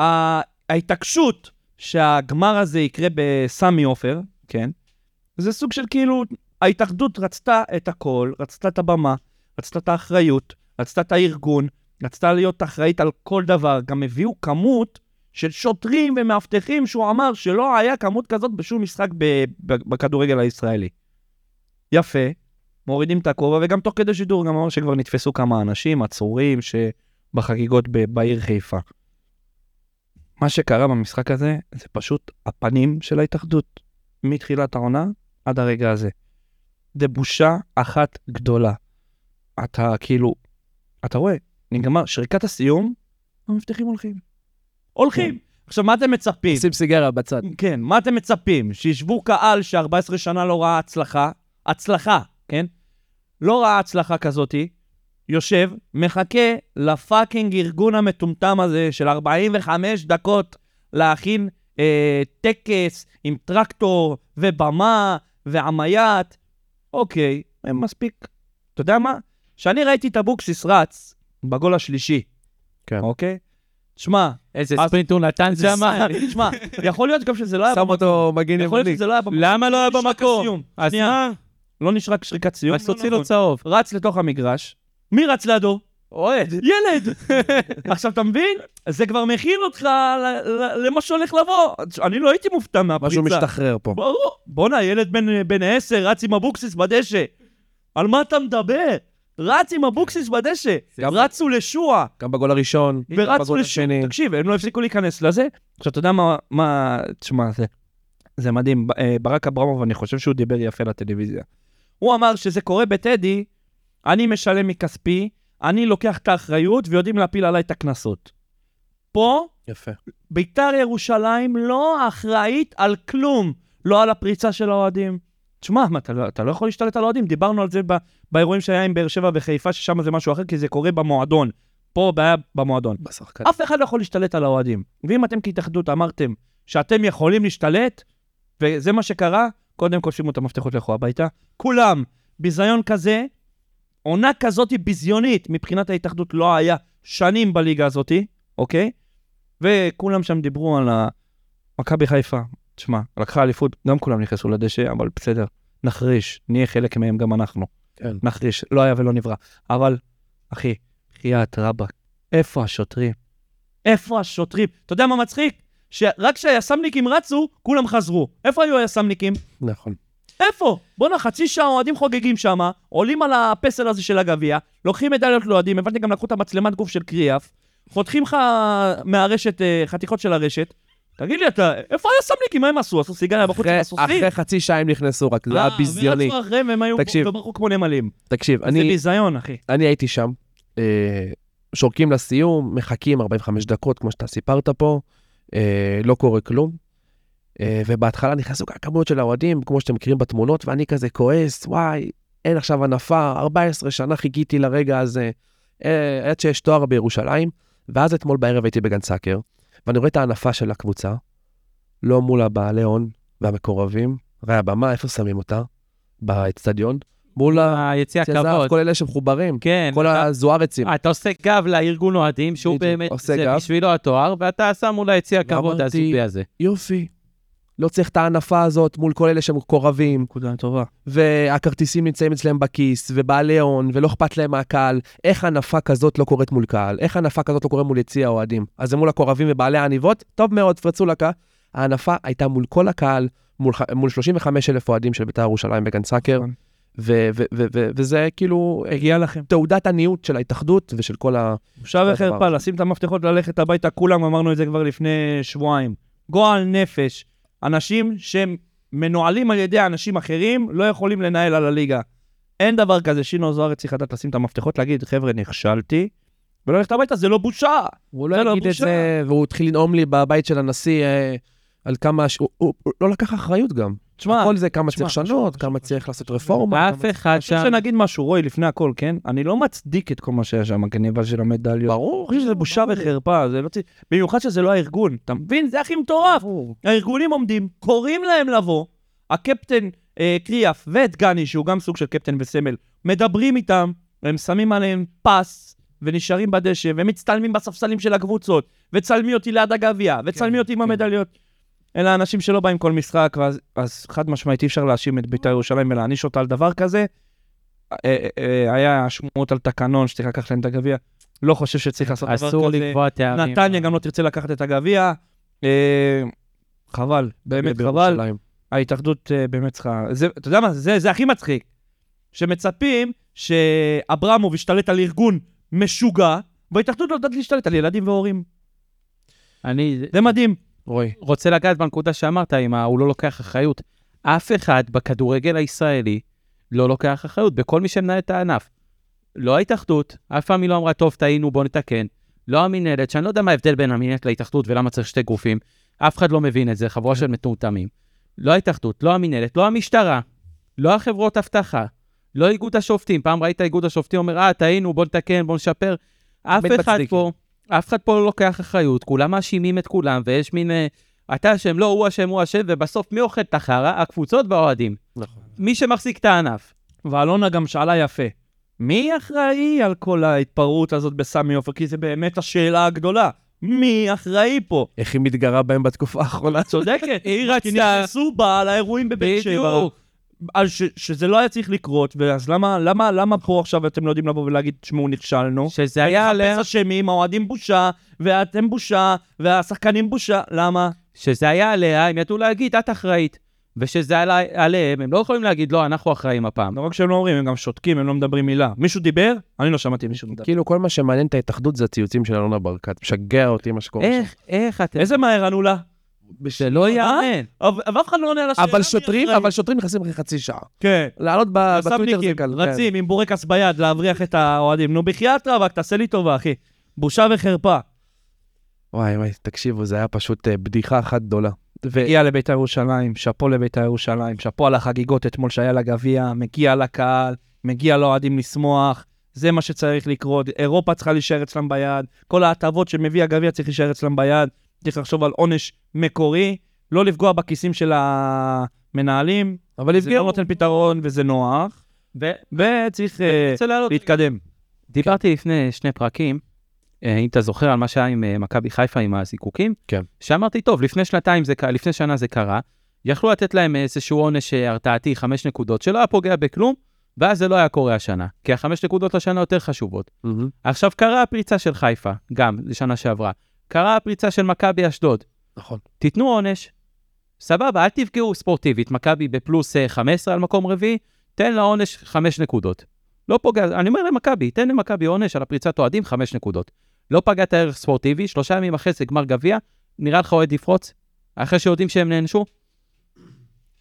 C: ה- ההתעקשות שהגמר הזה יקרה בסמי עופר, כן, זה סוג של כאילו, ההתאחדות רצתה את הכל, רצתה את הבמה, רצתה את האחריות, רצתה את הארגון, רצתה להיות אחראית על כל דבר, גם הביאו כמות של שוטרים ומאבטחים שהוא אמר שלא היה כמות כזאת בשום משחק ב- ב- בכדורגל הישראלי. יפה, מורידים את הכובע, וגם תוך כדי שידור גם אמר שכבר נתפסו כמה אנשים עצורים שבחגיגות ב- בעיר חיפה. מה שקרה במשחק הזה זה פשוט הפנים של ההתאחדות מתחילת העונה עד הרגע הזה. זה בושה אחת גדולה. אתה כאילו, אתה רואה, נגמר, שריקת הסיום, המבטחים הולכים. הולכים. כן. עכשיו, מה אתם מצפים?
A: שים סיגריה בצד.
C: כן, מה אתם מצפים? שישבו קהל ש-14 שנה לא ראה הצלחה, הצלחה, כן? לא ראה הצלחה כזאתי, יושב, מחכה לפאקינג ארגון המטומטם הזה של 45 דקות להכין אה, טקס עם טרקטור ובמה ועמיית. אוקיי, הם מספיק. אתה יודע מה? כשאני ראיתי את אבוקסיס רץ בגול השלישי,
A: כן.
C: אוקיי? תשמע,
B: איזה
C: אז-
B: ספרינט הוא נתן שם.
C: תשמע, יכול להיות גם שזה לא היה
A: שם אותו מגן
C: יכול להיות
A: ימני.
C: שזה לא היה במקום.
B: למה לא היה
C: נשרק
B: במקום?
C: הסיום.
B: אז
C: שנייה.
B: מה?
C: לא נשרק שריקת סיום.
B: אז
C: לא
B: תוציא
C: נכון.
B: לו צהוב.
C: רץ לתוך המגרש. מי רץ לידו?
B: אוהד.
C: [LAUGHS] ילד! עכשיו, אתה מבין? זה כבר מכין אותך ל- ל- למה שהולך לבוא. אני לא הייתי מופתע מהפריצה.
A: משהו משתחרר פה.
C: ברור. בואנה, ילד בן- בן עשר רץ עם אבוקסיס בדשא. על מה אתה מדבר? רץ עם אבוקסיס בדשא.
A: גם-
C: רצו לשועה.
A: גם בגול הראשון, גם
C: ורצו
A: בגול
C: לשם,
A: השני.
C: תקשיב, הם לא הפסיקו להיכנס לזה. עכשיו, אתה יודע מה, מה, תשמע, זה, זה מדהים. ב- אה, ברק אברמוב, אני חושב שהוא דיבר יפה לטלוויזיה. הוא אמר שזה קורה בטדי, אני משלם מכספי, אני לוקח את האחריות ויודעים להפיל עליי את הקנסות. פה,
A: יפה.
C: ביתר ירושלים לא אחראית על כלום, לא על הפריצה של האוהדים, תשמע, מה, אתה, לא- אתה לא יכול להשתלט על אוהדים, דיברנו על זה ב, באירועים שהיה עם באר שבע וחיפה, ששם זה משהו אחר, כי זה קורה במועדון. פה הבעיה במועדון.
A: בשחקן.
C: אף אחד לא יכול להשתלט על האוהדים. ואם אתם כהתאחדות אמרתם שאתם יכולים להשתלט, וזה מה שקרה, קודם כל שימו את המפתחות לכו הביתה. כולם, ביזיון כזה, עונה כזאת ביזיונית מבחינת ההתאחדות לא היה שנים בליגה הזאת, אוקיי? וכולם שם דיברו על ה- מכבי חיפה. תשמע, לקחה אליפות, גם כולם נכנסו לדשא, אבל בסדר, נחריש, נהיה חלק מהם גם אנחנו.
A: כן.
C: נחריש, לא היה ולא נברא. אבל, אחי, בחייאת רבאק, איפה השוטרים? איפה השוטרים? אתה יודע מה מצחיק? שרק כשהיס"מניקים רצו, כולם חזרו. איפה היו היס"מניקים?
A: נכון.
C: איפה? בואנה, חצי שעה אוהדים חוגגים שם, עולים על הפסל הזה של הגביע, לוקחים מדליות לאוהדים, הבנתי גם לקחו את המצלמת גוף של קריאף, חותכים לך מהרשת, אה, חתיכות של הרשת. תגיד לי, אתה, איפה היס"מניקים? מה הם עשו? עשו סיגריה בחוץ
A: אחרי- אה,
C: עם הסוסים?
A: אחרי חצי שעה הם נכנסו רק, זה היה ביזיוני.
C: ורצו אחריהם והם היו
A: תקשיב.
C: וברחו כמו נמלים.
A: תקשיב,
C: זה
A: אני...
C: ביזיון, אחי.
A: אני הייתי שם, אה, שורקים לסיום, מחכים 45 דקות, כמו שאתה סיפרת פה, אה, לא קורה כלום. אה, ובהתחלה נכנסו גם כמות של האוהדים, כמו שאתם מכירים בתמונות, ואני כזה כועס, וואי, אין עכשיו הנפה, 14 שנה חיכיתי לרגע הזה, אה, עד שיש תואר בירושלים. ואז אתמול בערב הייתי בגן סאקר, ואני רואה את ההנפה של הקבוצה, לא מול הבעלי הון והמקורבים, ראי הבמה, איפה שמים אותה? באצטדיון? מול ה...
B: היציע
A: יוצאי זהב,
B: הכבוד.
A: כל אלה שמחוברים,
B: כן.
A: כל
B: אתה-
C: אה.
A: הזוארצים.
B: אתה עושה גב לארגון אוהדים, שהוא
A: בדיוק,
B: באמת,
A: עושה
B: זה
A: גב.
B: בשבילו התואר, ואתה שם מול היציע הכבוד
A: ואמרתי-
B: הזיבי הזה.
A: יופי. לא צריך את ההנפה הזאת מול כל אלה שמקורבים,
C: נקודה טובה.
A: והכרטיסים נמצאים אצלם בכיס, ובעלי הון, ולא אכפת להם מהקהל. איך הנפה כזאת לא קורית מול קהל? איך הנפה כזאת לא קורית מול יציע האוהדים? אז זה מול הקורבים ובעלי העניבות? טוב מאוד, תפרצו לקה. ההנפה הייתה מול כל הקהל, מול, ח- מול 35 אלף אוהדים של בית"ר ירושלים בגן סאקר,
C: נכון.
A: ו- ו- ו- ו- וזה כאילו
C: הגיע לכם.
A: תעודת עניות של ההתאחדות ושל כל ה...
C: בושה
A: זה הדבר
C: וחרפה,
A: הזה.
C: לשים את המפתחות, ללכת הביתה, כולם אמרנו את זה כבר לפני שבועיים. גועל נפש. אנשים שהם מנוהלים על ידי אנשים אחרים, לא יכולים לנהל על הליגה. אין דבר כזה, שינו זוארץ צריך לדעת לשים את המפתחות, להגיד, חבר'ה, נכשלתי, וללכת הביתה, זה לא בושה.
A: הוא
C: זה
A: לא
C: לא
A: יגיד את
C: בושה.
A: זה, והוא התחיל לנאום לי בבית של הנשיא אה, על כמה... ש- הוא- הוא הוא לא לקח אחריות גם.
C: תשמע,
A: כל זה, כמה
C: תשמע,
A: צריך
C: חשוב,
A: לשנות,
C: חשוב,
A: כמה
C: חשוב.
A: צריך לעשות
C: לא
A: רפורמה.
B: אף
A: כמה-
B: אחד
C: חשוב
B: שם...
C: שנגיד משהו, רועי, לפני הכל, כן? אני לא מצדיק את כל מה שהיה שם, הגניבה של המדליות.
A: ברור.
C: אני חושב שזה בושה וחרפה, זה לא צי... במיוחד שזה לא הארגון, אתה מבין? זה הכי מטורף. הארגונים עומדים, קוראים להם לבוא, הקפטן אה, קריאף ודגני, שהוא גם סוג של קפטן וסמל, מדברים איתם, הם שמים עליהם פס, ונשארים בדשא, ומצטלמים בספסלים של הקבוצות, וצלמי אותי ליד הגביע,
B: כן,
C: וצלמי אותי עם המדליות. אלה אנשים שלא באים כל משחק, ואז אז חד משמעית אי אפשר להאשים את בית"ר ירושלים ולהעניש אותה על דבר כזה. אה, אה, אה, היה שמועות על תקנון שצריך לקחת להם את הגביע. לא חושב שצריך לעשות דבר כזה.
B: אסור לקבוע טעמים.
C: נתניה גם לא תרצה לקחת את הגביע. אה, חבל, באמת חבל.
A: בירושלים.
C: ההתאחדות אה, באמת צריכה... זה- אתה יודע מה? זה זה הכי מצחיק. שמצפים שאברמוב ישתלט על ארגון משוגע, וההתאחדות לא יודעת להשתלט על ילדים והורים.
B: אני
C: זה מדהים.
A: רועי.
B: רוצה לגעת בנקודה שאמרת, אם ה- הוא לא לוקח אחריות. אף אחד בכדורגל הישראלי לא לוקח אחריות, בכל מי שמנהל את הענף. לא ההתאחדות, אף פעם היא לא אמרה, טוב, טעינו, בוא נתקן. לא המינהלת, שאני לא יודע מה ההבדל בין המינהלת להתאחדות ולמה צריך שתי גופים. אף אחד לא מבין את זה, חבורה של מטומטמים. לא ההתאחדות, לא המינהלת, לא המשטרה, לא החברות אבטחה, לא איגוד השופטים. פעם ראית איגוד השופטים אומר, אה, טעינו, בוא נתקן, בוא נשפר. אף
A: באמת
B: אחד
A: מצדיק.
B: פה, אף אחד פה לא לוקח אחריות, כולם מאשימים את כולם, ויש מין, אה, אתה אשם, לא, הוא אשם, הוא אשם, ובסוף מי אוכל את החרא? הקבוצות והאוהדים.
A: נכון.
B: מי שמחזיק את הענף.
C: ואלונה גם שאלה יפה. מי אחראי על כל ההתפרעות הזאת בסמי עופר? כי זו באמת השאלה הגדולה. מי אחראי פה?
A: איך היא מתגרה בהם בתקופה האחרונה?
C: צודקת.
B: [LAUGHS]
C: כי
B: היא רצתה...
C: נכנסו בה על האירועים בבאר שבע.
B: בדיוק.
C: על ש, שזה לא היה צריך לקרות, ואז למה, למה, למה פה עכשיו אתם לא יודעים לבוא ולהגיד, תשמעו, נכשלנו?
B: שזה היה עליה,
C: לחפש אשמים, האוהדים בושה, ואתם בושה, והשחקנים בושה, למה?
B: שזה היה עליה, הם ידעו להגיד, את אחראית. ושזה עלי- עליהם, הם לא יכולים להגיד, לא, אנחנו אחראים הפעם.
C: לא רק שהם לא אומרים, הם גם שותקים, הם לא מדברים מילה. מישהו דיבר? אני לא שמעתי מישהו
A: [LAUGHS]
C: מדבר.
A: כאילו כל מה שמעניין את ההתאחדות זה הציוצים של אלונה ברקת. משגע אותי מה שקורה שם.
B: איך, איך אתם...
C: איזה מהר ענו לה? אה?
B: זה לא ייאמן.
C: אבל אבל אף אחד לא עונה על השאלה.
A: אבל
C: מי
A: שוטרים,
C: אחראי.
A: אבל שוטרים נכנסים אחרי חצי שעה.
C: כן.
A: לעלות ב- בטוויטר זה
C: הסאבניקים
A: קל. כן.
C: רצים עם בורקס ביד להבריח את האוהדים. נו, בחייאת רבאק, תעשה לי טובה, אחי. בושה וחרפה.
A: כן. וואי וואי, תקשיבו, זה היה פשוט אה, בדיחה אחת גדולה.
C: הגיע לביתר ירושלים, שאפו לביתר ירושלים, שאפו על החגיגות אתמול שהיה לגביע, מגיע לקהל, מגיע לאוהדים לשמוח, זה מה שצריך לקרות, אירופה צריכה להישאר אצלם ביד, כל ההטבות שמביא הגביע צריך להישאר אצלם ביד, צריך לחשוב על עונש מקורי, לא לפגוע בכיסים של המנהלים, זה
B: אבל
C: לא
B: הפגיעו.
C: נותן פתרון וזה נוח,
B: ו-
C: וצריך אה,
B: אני רוצה להעלות-
C: להתקדם.
B: דיברתי לפני שני פרקים, אה, אם אתה זוכר, על מה שהיה עם אה, מכבי חיפה עם הזיקוקים.
A: כן.
B: שאמרתי, טוב, לפני שנתיים זה קרה, לפני שנה זה קרה, יכלו לתת להם איזשהו עונש אה, הרתעתי, חמש נקודות, שלא היה פוגע בכלום, ואז זה לא היה קורה השנה. כי החמש נקודות השנה יותר חשובות. עכשיו, קרה הפריצה של חיפה, גם, לשנה שעברה. קרה הפריצה של מכבי אשדוד.
A: נכון.
B: תיתנו עונש. סבבה, אל תפגעו ספורטיבית. מכבי בפלוס אה, 15 על מקום רביעי, תן לה עונש 5 נקודות. לא פוגע, אני אומר למכבי, תן למכבי עונש על הפריצת אוהדים 5 נקודות. לא פגעת ערך ספורטיבי, שלושה ימים אחרי זה גמר גביע, נראה לך אוהד יפרוץ? אחרי שיודעים שהם נענשו?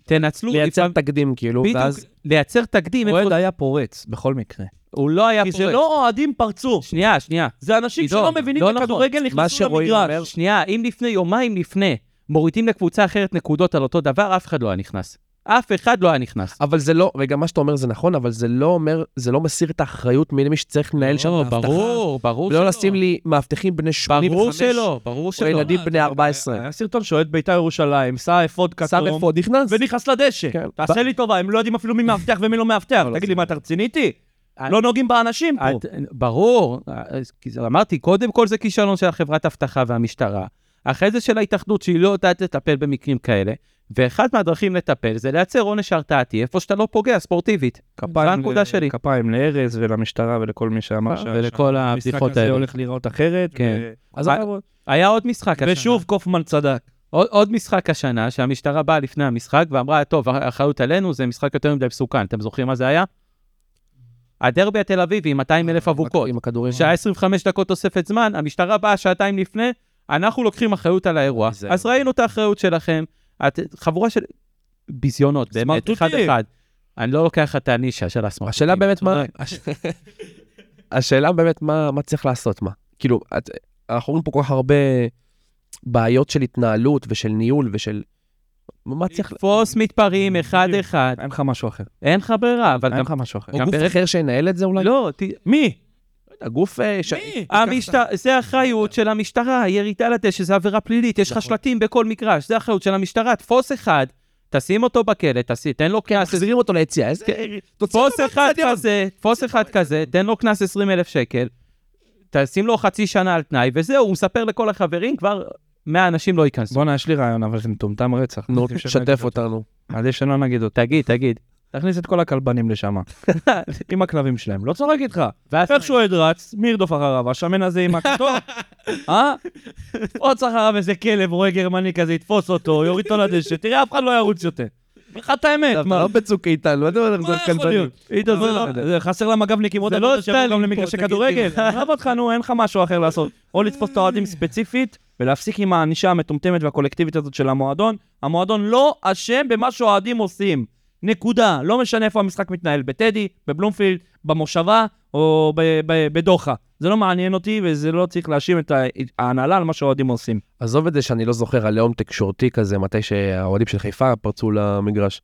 B: תנצלו,
A: לייצר
B: לפעמים-
A: תקדים, כאילו,
B: בדיוק,
A: ואז...
B: לייצר תקדים, איפה-
C: אוהד היה פורץ, בכל מקרה.
B: הוא לא היה
C: כי
B: פורץ.
C: זה לא אוהדים פרצו,
B: שנייה, שנייה.
C: זה אנשים
B: עידו,
C: שלא מבינים
B: לא
C: את
B: נכון.
C: הכדורגל,
A: מה
C: נכנסו
A: שרועי
C: למגרש.
A: אומר,
B: שנייה, אם לפני, יומיים לפני, מורידים לקבוצה אחרת נקודות על אותו דבר, אף אחד לא היה נכנס. אף אחד לא היה נכנס.
A: אבל זה לא, רגע, מה שאתה אומר זה נכון, אבל זה לא אומר, זה לא מסיר את האחריות ממי שצריך לנהל שם את האבטחה.
B: לא, ברור, ברור שלא.
A: ולא לשים לי מאבטחים בני
B: ברור
A: 85,
B: שלא, ברור
A: או
B: שלא.
A: ילדים בני 14.
C: היה סרטון שאוהד בית"ר ירושלים, שם אפוד
A: שם
C: כתום,
A: אפוד, נכנס.
C: ונכנס לדשא.
A: כן.
C: תעשה לי טובה, הם לא יודעים אפילו מי מאבטח ומי לא מאבטח. תגיד לי, מה, אתה רציני איתי? לא נוגעים באנשים פה.
B: את- אה, ברור, אה, אז- כי זה- אמרתי, קודם כל זה כישלון של החברת אבטחה והמשטרה, אחרי זה של ההתאחדות שהיא לא יודעת לטפל במקרים כאלה, ואחת מהדרכים לטפל זה לייצר עונש הרתעתי איפה שאתה לא פוגע ספורטיבית. זו הנקודה שלי.
C: כפיים לארז ולמשטרה אה, ולכל מי שאמר
B: ולכל הבדיחות
C: הזה
B: האלה.
C: הולך להיראות אחרת.
B: כן.
C: ו-
A: אז
B: אה,
A: אבל-
B: היה עוד משחק השנה.
C: ושוב קופמן צדק.
B: עוד, עוד משחק השנה, שהמשטרה באה לפני המשחק ואמרה, טוב, האחריות עלינו, זה משחק יותר מדי מסוכן. אתם זוכרים מה זה היה? הדרבי התל אביבי עם 200 אלף
C: אה,
B: אבוקות.
A: עם הכדורים.
B: שהיה 25 דקות תוספת זמן, המשטרה באה שעתיים לפני, אנחנו לוקחים אחריות על האירוע.
A: זה-
B: אז ראינו את האחריות שלכם. את חבורה של ביזיונות, באמת,
C: סמרטוטים.
B: אחד-אחד. אני לא לוקח לך את הנישה של הסמארטוטים.
A: השאלה באמת מה... השאלה באמת מה מה צריך לעשות, מה? כאילו, את- אנחנו רואים פה כל כך הרבה בעיות של התנהלות ושל ניהול ושל... מה צריך...
B: תפוס מתפרעים אחד-אחד,
C: אין לך משהו אחר.
B: אין לך ברירה, אבל
A: אה,
C: אין
B: גם...
C: לך משהו אחר.
A: או
B: גם
A: גוף
B: ברגע-
A: אחר שינהל את זה אולי?
B: לא, ת-
C: מי?
A: הגוף... אה, ש-
C: מי?
B: המשטרה, זה אחריות של המשטרה, ירידה לדשא זה עבירה פלילית, יש לך
A: נכון.
B: שלטים בכל מגרש, זה אחריות של המשטרה, תפוס אחד, תשים אותו בכלא, תשים- תן לו קנס, כן,
A: מחזירים אותו ליציאה, איזה... תוציא
B: תפוס
A: אותו
B: אחד
A: מהצטדיון.
B: כזה, תפוס אחד כזה, תן לו קנס 20 אלף שקל, תשים לו חצי שנה על תנאי, וזהו, הוא מספר לכל החברים, כבר 100 אנשים לא ייכנסו.
C: בואנה, יש לי רעיון, אבל זה מטומטם רצח.
A: נו,
C: עדיף שלא
A: שתף
C: נגיד אותו. [LAUGHS]
A: אותנו.
C: עדיף שלא לא נגיד אותו.
B: תגיד, תגיד.
C: תכניס את כל הכלבנים לשם. עם הכלבים שלהם. לא צריך להגיד לך.
B: ואז
C: איך שהוא עד רץ, מי ירדוף אחריו? השמן הזה עם הכתוב? אה? תפוץ אחריו איזה כלב, רואה גרמני כזה, יתפוס אותו, יוריד אותו לדשא, תראה, אף אחד לא ירוץ יותר. אומר לך את האמת,
A: אתה
C: מה?
A: לא בצוק איתן, לא יודע מה
C: מה
A: לחזור
C: יכול
A: כלבנים.
C: להיות? עידו, זה לא- זה לא חסר למג"בניקים עוד עבודה שיבואו גם למגרשי [LAUGHS] כדורגל. עזוב אותך, נו, אין לך משהו אחר לעשות. או לתפוס את האוהדים ספציפית, ולהפסיק עם הענישה המטומטמת והקולקטיבית הזאת של המועדון. המועדון לא אשם במה שהאוהדים עושים. נקודה. לא משנה איפה המשחק מתנהל, בטדי, בבלומפילד, במושבה או ב- ב- בדוחה. זה לא מעניין אותי וזה לא צריך להאשים את ה- ההנהלה על מה שהאוהדים עושים.
A: עזוב את זה שאני לא זוכר עליהום תקשורתי כזה, מתי שהאוהדים של חיפה פרצו למגרש.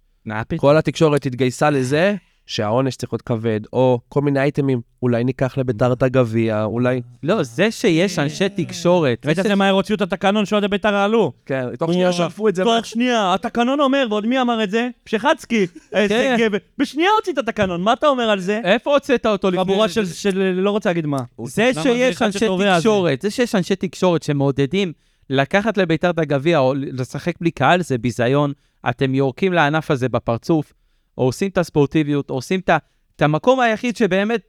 A: כל התקשורת התגייסה לזה שהעונש צריך להיות כבד, או כל מיני אייטמים, אולי ניקח לביתר את הגביע, אולי...
B: לא, זה
A: אה,
B: שיש אנשי תקשורת,
C: ראית
B: זה-
C: מהר הוציאו את התקנון שאוהדי בית"ר עלו?
A: כן, תוך
C: לא
A: שנייה שלפו את זה.
C: תוך שנייה, התקנון אומר, ועוד מי אמר את זה? [LAUGHS] פשחצקי, איזה
B: כן.
C: גבר. בשנייה הוציא את התקנון, מה אתה אומר על זה?
B: איפה הוצאת אותו לפני?
C: חבורה של- של, לא רוצה להגיד מה.
B: זה
C: למה זה
B: שיש
C: אחד
B: אנשי
C: שתובע זה?
B: תקשורת, זה שיש אנשי תקשורת שמעודדים לקחת לביתר את הגביע או לשחק בלי קהל, זה ביזיון. אתם יורקים לענף הזה בפרצוף, הורסים את הספורטיביות, הורסים את ה- את המקום היחיד שבאמת,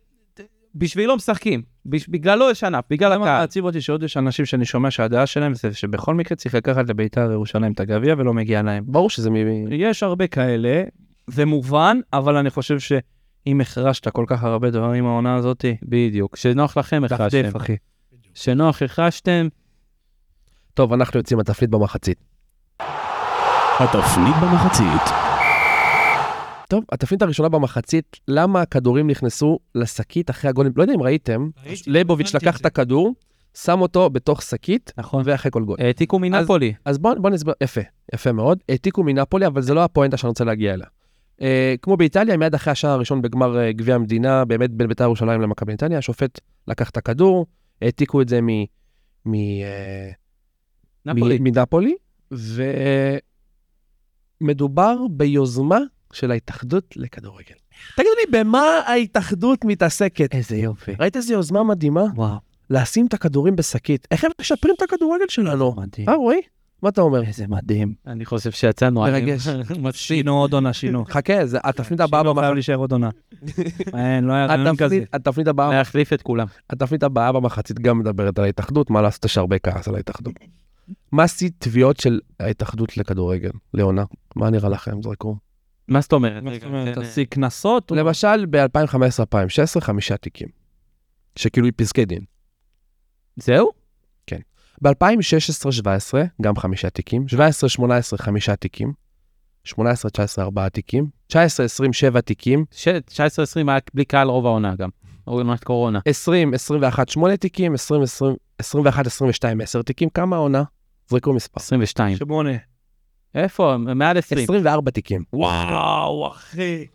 B: בשבילו משחקים. בש- בגללו יש ענף, בגלל
C: למה
B: הקהל.
C: מעציב אותי שעוד יש אנשים שאני שומע שהדעה שלהם זה שבכל מקרה צריך לקחת לבית"ר ירושלים את הגביע ולא מגיע להם.
A: ברור שזה מ...
C: יש הרבה כאלה, זה מובן, אבל אני חושב שאם החרשת כל כך הרבה דברים העונה הזאת,
B: בדיוק. שנוח לכם
C: דפדף
B: החרשתם.
C: אחי.
B: שנוח החרשתם,
A: טוב, אנחנו יוצאים לתפליט במחצית.
D: התפנית במחצית.
A: טוב, התפנית הראשונה במחצית, למה הכדורים נכנסו לשקית אחרי הגולים? לא יודע אם ראיתם, ליבוביץ' לקח את הכדור, שם אותו בתוך שקית,
B: נכון.
A: ואחרי כל גול.
B: העתיקו מנפולי.
A: אז בוא, בוא נסבר, יפה, יפה מאוד. העתיקו מנפולי, אבל זה לא הפואנטה שאני רוצה להגיע אליה. אה, כמו באיטליה, מיד אחרי השער הראשון בגמר אה, גביע המדינה, באמת בין בית"ר ירושלים למכבי נתניה, השופט לקח את הכדור, העתיקו את זה מ... מ... אה,
B: נפולי.
A: מ- מנפולי, ומדובר ביוזמה של ההתאחדות לכדורגל. תגידו לי, במה ההתאחדות מתעסקת?
B: איזה יופי.
A: ראית איזו יוזמה מדהימה?
B: וואו,
A: לשים את הכדורים בשקית. איך הם משפרים את הכדורגל שלנו?
C: מדהים.
A: אה, רועי? מה אתה אומר?
C: איזה מדהים.
B: אני חושב שיצאנו... עליהם.
A: מרגש.
C: [LAUGHS]
B: מצחיק.
C: שינו עוד עונה, [LAUGHS] שינו.
A: חכה, זה התפנית הבאה
C: שינו,
A: במחצית.
C: חייב להישאר עוד [LAUGHS] עונה. אין, לא היה רעיון כזה.
A: התפנית- התפנית הבאה-
B: להחליף את כולם.
A: התפנית הבאה במחצית גם מדברת על ההתאחדות, מה לעשות, יש הרבה כעס על ההתאחדות. מה שיא תביעות של ההתאחדות לכדורגל, לעונה? מה נראה לכם? זרקו.
B: מה זאת אומרת?
C: מה זאת
B: רגע,
C: אומרת,
B: תן, אה,
C: תעשי קנסות?
A: למשל, ב-2015-2016, חמישה תיקים. שכאילו היא פסקי דין.
B: זהו?
A: ב-2016-2017, גם חמישה תיקים. 17-18, חמישה תיקים. 18-19, ארבעה תיקים. 19-20, שבע תיקים.
B: ש- 19-20 היה בלי קהל רוב העונה גם. עונת קורונה.
A: 20, 21, 8 תיקים, 20, 20, 21, 22, 10 תיקים, כמה העונה? זרקו מספר.
B: 22.
C: שמונה.
B: איפה? מעל 20.
A: 24 תיקים.
C: וואו, אחי.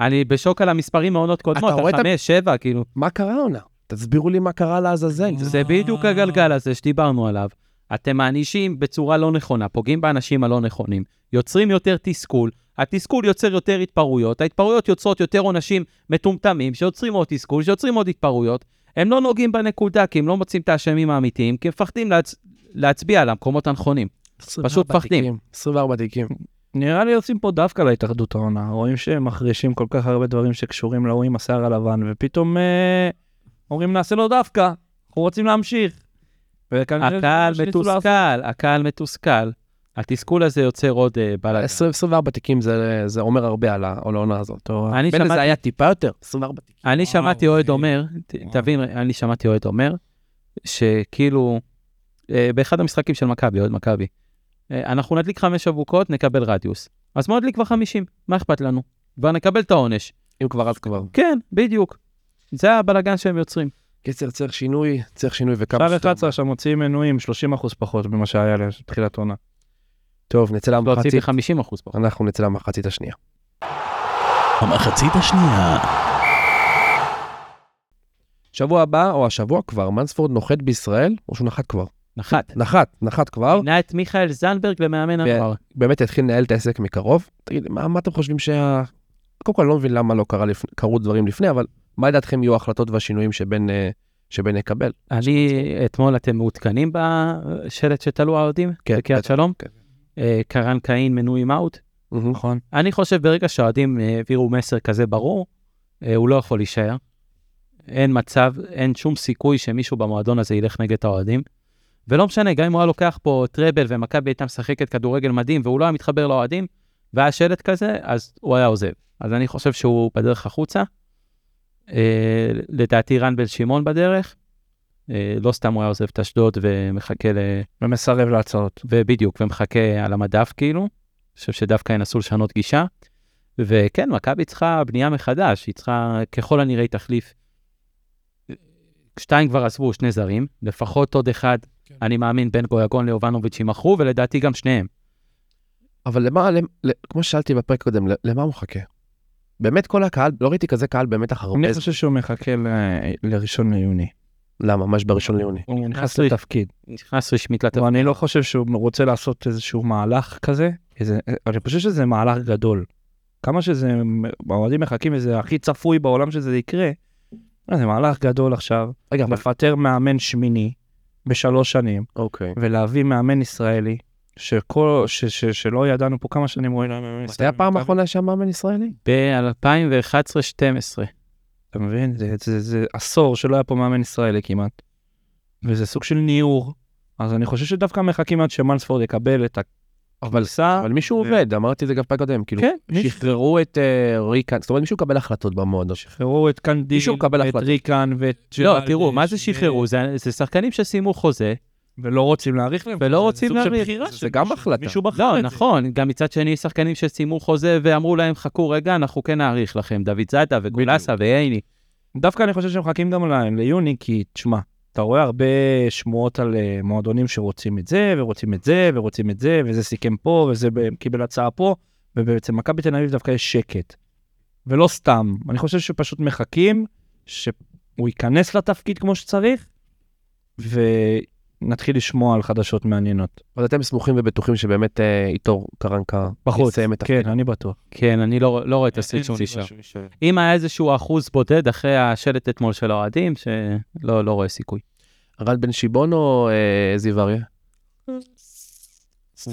B: אני בשוק על המספרים מעונות קודמות,
A: אתה רואה את ה-
B: החמש, שבע, כאילו.
A: מה קרה העונה? תסבירו לי מה קרה לעזאזל.
B: כן, זה בדיוק הגלגל הזה שדיברנו עליו. אתם מענישים בצורה לא נכונה, פוגעים באנשים הלא נכונים, יוצרים יותר תסכול, התסכול יוצר יותר התפרעויות, ההתפרעויות יוצרות יותר עונשים מטומטמים, שיוצרים עוד תסכול, שיוצרים עוד התפרעויות. הם לא נוגעים בנקודה, כי הם לא מוצאים את האשמים האמיתיים, כי הם מפחדים להצ... להצביע על המקומות הנכונים.
A: 24
B: פשוט מפחדים.
A: תיקים, 24 תיקים.
C: נראה לי עושים פה דווקא להתאחדות העונה. רואים שהם מחרישים כל כך הרבה דברים שקשורים להוא עם השיער הלבן, ופתאום אה, אומרים נעשה לו דווקא, אנחנו רוצים להמשיך. וכנראה
B: הקהל
C: שניסו לעשות-
B: מתוסכל, הקהל מתוסכל. התסכול הזה יוצר עוד uh, בלאגן.
A: 20 24 תיקים זה- זה אומר הרבה על ה- על העונה הזאת.
B: אני
A: מילא זה
B: שמעתי-
A: היה טיפה יותר, 24 תיקים.
B: אני
C: וואו,
B: שמעתי אוהד
C: אחי.
B: אומר, ת-
C: וואו.
B: תבין, אני שמעתי אוהד אומר, שכאילו, אה, באחד המשחקים של מכבי, אוהד מכבי, אה, אנחנו נדליק חמש אבוקות, נקבל רדיוס. אז בוא נדליק כבר חמישים, מה אכפת לנו? כבר נקבל את העונש.
A: אם כבר אז כבר.
B: כן, בדיוק. זה הבלגן שהם יוצרים.
A: קיצר, כן, צריך שינוי, צריך שינוי וכמה
C: שער 11 שם מוציאים מנויים 30 אחוז פחות ממה שהיה לתחילת עונה.
A: טוב, נצא
B: להוציא
A: למחצית,
B: ב-50 אחוז פחות.
A: אנחנו נצא למחצית השנייה.
D: המחצית השנייה.
A: שבוע הבא, או השבוע כבר, מנספורד נוחת בישראל, או שהוא נחת כבר?
B: נחת.
A: נחת, נחת כבר.
B: מינה את מיכאל זנדברג למאמן
C: כן.
A: ו-
B: הנוער.
A: באמת יתחיל לנהל את העסק מקרוב. תגיד, מה, מה אתם חושבים שה... קודם כל, אני לא מבין למה לא קרה לפני, קרו דברים לפני, אבל מה לדעתכם יהיו ההחלטות והשינויים שבין, אה, שבין נקבל?
B: אני, אתמול אתם מעודכנים בשלט שתלו האוהדים?
A: כן,
B: בקריית
A: בטח,
B: שלום?
A: כן.
B: אה, קרן קאין מנויים אאוט?
C: נכון.
B: אני חושב ברגע שהאוהדים אה, העבירו מסר כזה ברור, אה, הוא לא יכול להישאר. אין מצב, אין שום סיכוי שמישהו במועדון הזה ילך נגד האוהדים. ולא משנה, גם אם הוא היה לוקח פה טראבל ומכבי הייתה משחקת כדורגל מדהים והוא לא היה מתחבר לאוהדים, והיה שלט כזה, אז הוא היה עוזב. אז אני חושב שהוא בדרך החוצה. אה, לדעתי רן בן שמעון בדרך. אה, לא סתם הוא היה עוזב את אשדוד ומחכה ל...
C: ומסרב להצעות.
B: ובדיוק, ומחכה על המדף כאילו. אני חושב שדווקא ינסו לשנות גישה. וכן, מכבי צריכה בנייה מחדש, היא צריכה ככל הנראה היא תחליף. שתיים כבר עזבו, שני זרים, לפחות עוד אחד, כן. אני מאמין, בין גויגון ליובנוביץ' יימכרו, ולדעתי גם שניהם.
A: אבל למה, למ, ל, כמו ששאלתי בפרק קודם, ל- למה הוא מחכה? באמת כל הקהל, לא ראיתי כזה קהל באמת אחר הרבה
C: אני
A: זמן.
C: חושב שהוא מחכה ל- לראשון ליוני.
A: למה? ממש בראשון ליוני.
C: הוא נכנס
B: רש-
C: לתפקיד.
B: נכנס רשמית לתפקיד.
C: אבל אני לא חושב שהוא רוצה לעשות איזשהו מהלך כזה. איזה- אני חושב שזה מהלך גדול. כמה שזה, האוהדים מחכים וזה הכי צפוי בעולם שזה יקרה. אה, זה מהלך גדול עכשיו.
A: רגע, אבל...
C: לפטר מאמן שמיני בשלוש שנים.
A: אוקיי.
C: ולהביא מאמן ישראלי, שכל, ש, ש, שלא ידענו פה כמה שנים הוא היה מאמן
A: מתי הפעם האחרונה שהיה מאמן ישראלי?
B: ב-2011-2012.
C: אתה מבין? זה, זה, זה עשור שלא היה פה מאמן ישראלי כמעט. וזה סוג של ניעור. אז אני חושב שדווקא מחכים עד שמנספורד יקבל את הכניסה.
A: אבל מישהו עובד, אמרתי את זה גם בפרק קודם, כאילו,
C: אה, כן, מישהו.
A: שחררו את אה, ריקן, זאת אומרת מישהו מקבל החלטות במועדון.
C: שחררו את קנדיל,
A: מישהו מקבל
C: את
A: החלטה.
C: ריקן ואת
B: לא,
C: ג'רלדש,
B: תראו, מה זה
C: ו-
B: שחררו? זה, זה שחקנים שסיימו חוזה,
C: ולא רוצים להאריך להם.
B: ולא
C: זה
B: רוצים
C: סוג של
B: להאריך.
C: בחירה
A: זה
C: של
A: גם
C: מישהו-
A: החלטה.
C: מישהו בחר
B: לא,
C: את זה.
B: נכון, גם מצד שני, יש שחקנים שסיימו חוזה ואמרו להם, חכו רגע, אנחנו כן נאריך לכם, דוד זאדה וגולסה וייני.
C: דווקא אני חושב שהם מחכים גם ל- ליוני, כי תשמע, אתה רואה הרבה שמועות על אה, מועדונים שרוצים את זה, ורוצים את זה, ורוצים את זה, וזה סיכם פה, וזה ב- קיבל הצעה פה, ובעצם מכבי תל אביב דווקא יש שקט. ולא סתם. אני חושב שפשוט מחכים שהוא ייכנס לתפקיד כמו שצריך, ונתחיל לשמוע על חדשות מעניינות.
A: אז אתם סמוכים ובטוחים שבאמת אה, איתור קרנקה
C: בחוץ,
A: יסיים את
C: כן,
A: התפקיד.
C: אני בטוח.
B: כן, אני לא, לא רואה את הסריט שהוא נשאר. אם היה איזשהו אחוז בודד אחרי השלט אתמול של האוהדים, שלא לא רואה סיכוי.
A: ערד בן שיבון או אה, זיו אריה?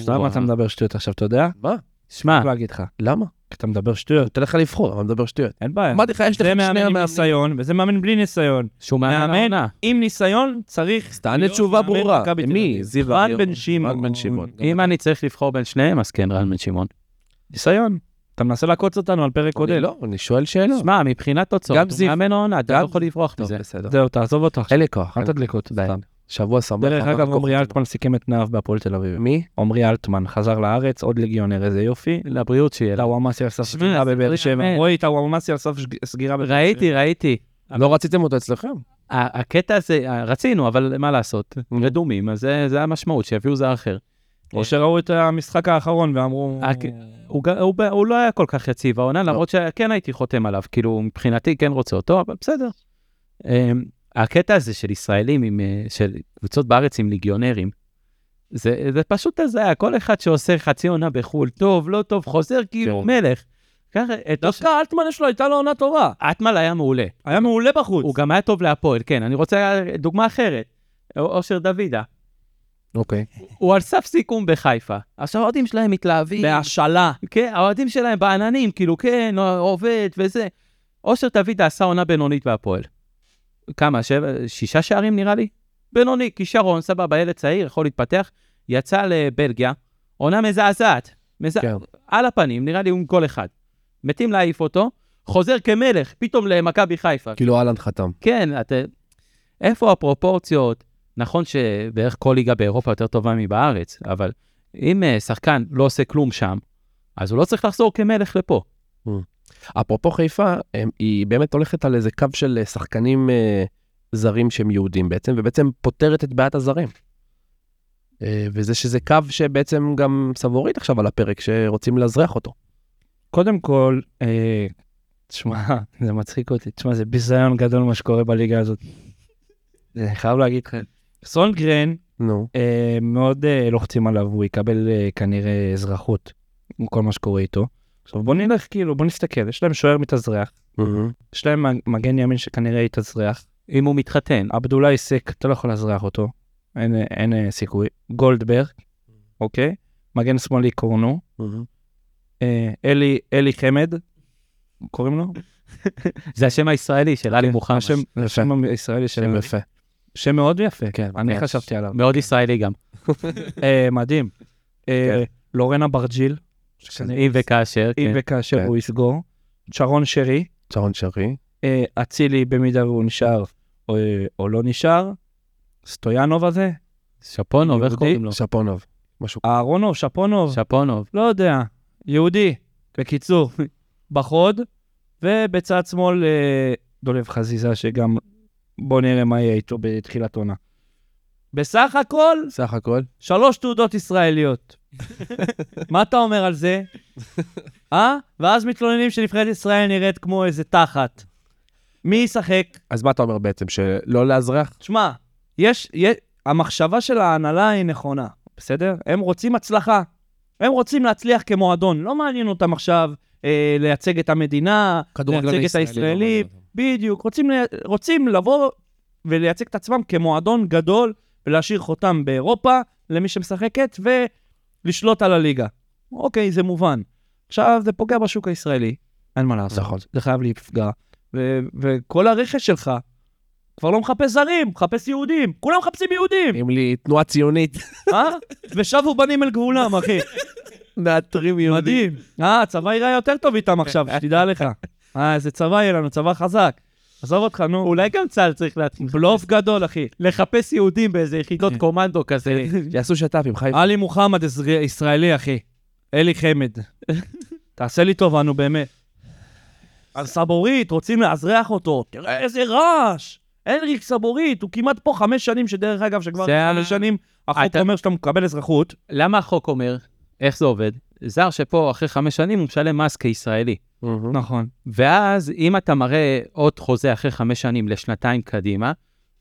C: למה אתה מדבר שטויות עכשיו, אתה יודע?
A: מה?
B: שמע,
C: רק להגיד לך,
A: למה?
C: אתה מדבר שטויות,
A: נותן לך לבחור, אבל מדבר שטויות.
C: אין
B: כן.
C: בעיה.
A: אמרתי לך, יש לך
C: זה
A: שני
C: מאמן עם
A: המאמנים.
C: ניסיון, וזה מאמן בלי ניסיון.
B: שהוא מאמן
C: מאמן?
B: העונה.
C: עם ניסיון צריך...
A: אז תענה
C: להיות
A: תשובה
C: מאמן
A: ברורה.
C: מכבי תל
A: מי?
C: אביב.
A: זיו
C: רן
A: אריה.
C: בן שמעון.
A: רן בן שמעון.
B: אם אני צריך לבחור בין שניהם, אז כן, רן בן שמעון.
C: ניסיון. אתה מנסה לעקוץ אותנו על פרק
A: אני
C: קודם.
A: לא, אני שואל שאלה.
B: שמע, מבחינת
A: גם
B: תוצאות, הוא
A: זיו-
B: מאמן העונה, אתה
A: גם-
B: לא יכול לברוח
A: טוב,
B: מזה.
A: בסדר.
C: זהו, תעזוב אותו עכשיו.
A: אין לי כוח.
C: אל תדליק אותו.
A: די.
C: סתם.
A: שבוע שמח.
C: דרך
A: אבל
C: אגב,
A: כוח.
C: עמרי אלטמן סיכם את פניו בהפועל תל אביב.
A: מי?
C: עמרי אלטמן חזר לארץ, עוד לגיונר, איזה יופי. לא,
B: לבריאות שיהיה. לו.
C: טאוואמאסי על סף
B: שמע,
C: סגירה
B: זה
C: בבאר
B: לא
C: שבע.
B: ייאמן.
C: רועי, טאוואמאסי על סף שג- סגירה בבאר שבע.
B: ראיתי, ראיתי.
A: לא רציתם אותו אצלכם?
B: ה- הקטע הזה, ה- רצינו, אבל מה לעשות, רדומים, אז זה- זה המשמעות, שיביאו זר אחר.
C: או שראו את המשחק האחרון ואמרו...
B: הק- הוא ג- הוא ב- הוא לא היה כל כך יציב העונה,
A: לא.
B: למרות שכן הייתי חותם עליו, כאילו, מבחינתי כן רוצה אותו, אבל בסדר. אמ, הקטע הזה של ישראלים, עם, אה, של קבוצות בארץ עם ליגיונרים, זה, זה פשוט הזיה, כל אחד שעושה חצי עונה בחו"ל, טוב, לא טוב, חוזר כאילו
A: כן.
B: מלך. ככה, את
C: דווקא אלטמן יש לו, הייתה לו עונה טובה.
B: אטמל היה מעולה.
C: היה מעולה בחוץ.
B: הוא גם היה טוב להפועל, כן. אני רוצה דוגמה אחרת. אושר דוידה,
C: [LAUGHS]
A: אוקיי.
B: הוא על סף סיכום בחיפה. עכשיו האוהדים שלהם מתלהבים.
C: בהשאלה.
B: כן, האוהדים שלהם בעננים, כאילו, כן, עובד וזה. אושר דוידה עשה עונה בינונית בהפועל. כמה, שבע, שישה שערים נראה לי? בינוני, כישרון, סבבה, ילד צעיר, יכול להתפתח. יצא לבלגיה, עונה מזעזעת. מזע...
A: כן.
B: על הפנים, נראה לי הוא עם גול אחד. מתים להעיף אותו, חוזר כמלך, פתאום למכבי חיפה.
A: כאילו אהלן חתם.
B: כן, אתה... איפה הפרופורציות? נכון שבערך כל ליגה באירופה יותר טובה מבארץ, אבל אם אה, שחקן לא עושה כלום שם, אז הוא לא צריך לחזור כמלך לפה.
A: אפרופו חיפה, הם, היא באמת הולכת על איזה קו של אה, שחקנים אה, זרים שהם יהודים בעצם, ובעצם פותרת את בעיית הזרים. אה, וזה שזה קו שבעצם גם סבורית עכשיו על הפרק, שרוצים לאזרח אותו.
C: קודם כל, אה, תשמע, [LAUGHS] זה מצחיק אותי. תשמע, זה ביזיון גדול מה שקורה בליגה הזאת. אני חייב להגיד
A: כן.
C: לך. סונגרן,
A: נו.
C: אה, מאוד אה, לוחצים עליו, הוא יקבל אה, כנראה אזרחות עם כל מה שקורה איתו. עכשיו בוא נלך כאילו, בוא נסתכל, יש להם שוער מתאזרח,
A: Mm-hmm,
C: יש להם מג- מגן ימין שכנראה יתאזרח,
B: אם הוא מתחתן,
C: עבדולאי היסק, אתה לא יכול לאזרח אותו, אין, אה, אין אה, סיכוי, גולדברג, אוקיי? מגן שמאלי קורנו,
A: mm-hmm.
C: אה, אלי, אלי חמד, קוראים לו?
B: זה השם הישראלי של עלי מוחמד.
C: השם, השם הישראלי
A: שם
C: שלהם,
A: יפה.
C: שם מאוד יפה,
A: כן,
C: אני
A: ממש.
C: חשבתי
B: [LAUGHS]
C: עליו,
B: מאוד ישראלי גם.
C: אה, מדהים. אה,
A: כן.
C: לורנה ברג'יל,
B: אם וכאשר,
C: אם
B: כן.
C: וכאשר
A: כן.
C: הוא יסגור. שרון שרי,
A: צ'רון שרי.
C: אה, אצילי במידה והוא נשאר או, או לא נשאר, סטויאנוב הזה,
B: שפונוב, איך
C: יהודי?
B: קוראים לו?
A: שפונוב. משהו כזה.
C: אהרונוב, שפונוב,
B: שפונוב.
C: לא יודע, יהודי, בקיצור, [LAUGHS] בחוד, ובצד שמאל אה, דולב חזיזה, שגם בוא נראה מה יהיה איתו בתחילת עונה. בסך הכל,
A: סך הכל.
C: שלוש תעודות ישראליות. מה אתה אומר על זה? אה? ואז מתלוננים שנבחרת ישראל נראית כמו איזה תחת. מי ישחק?
A: אז מה אתה אומר בעצם, שלא לאזרח?
C: תשמע, יש, יש, המחשבה של ההנהלה היא נכונה, בסדר? הם רוצים הצלחה. הם רוצים להצליח כמועדון. לא מעניין אותם עכשיו אה, לייצג את המדינה, לייצג את
B: לא
C: הישראלים. בדיוק. רוצים, לי- רוצים לבוא ולייצג את עצמם כמועדון גדול ולהשאיר חותם באירופה למי שמשחקת ולשלוט על הליגה. אוקיי, זה מובן. עכשיו, זה פוגע בשוק הישראלי, אין מה לעשות.
A: נכון.
C: זה חייב להיפגע. ו- וכל הרכש שלך כבר לא מחפש זרים, מחפש יהודים. כולם מחפשים יהודים,
A: אם לי תנועה
C: [LAUGHS]
A: ציונית.
C: אה? ושבו בנים אל גבולם, אחי.
A: נעטרים
C: מדהים. אה, הצבא יראה יותר טוב איתם עכשיו, שתדע לך. אה, איזה צבא יהיה לנו, צבא חזק. עזוב אותך, נו. אולי גם צה"ל צריך להתחיל. בלוף גדול, אחי. כן.
B: לחפש יהודים באיזה יחידות קומנדו כזה.
A: יעשו שת"פ עם
B: כן.
A: חיפה.
C: עלי מוחמד עזרי- ישראלי, אחי. אלי חמד. תעשה לי טובה,
B: אה.
C: נו, באמת. אז סבורית, רוצים לאזרח אותו. תראה איזה רעש! הנריק סבורית, הוא כמעט פה חמש שנים, שדרך אגב, שכבר
B: זה
C: חמש
B: ה- אה,
C: שנים, החוק
B: אתה-
C: אומר שאתה מקבל אזרחות.
B: למה החוק אומר, איך זה עובד? זר שפה אחרי חמש שנים הוא משלם מס כישראלי.
A: Mm-hmm.
C: נכון.
B: ואז אם אתה מראה עוד חוזה אחרי חמש שנים לשנתיים קדימה,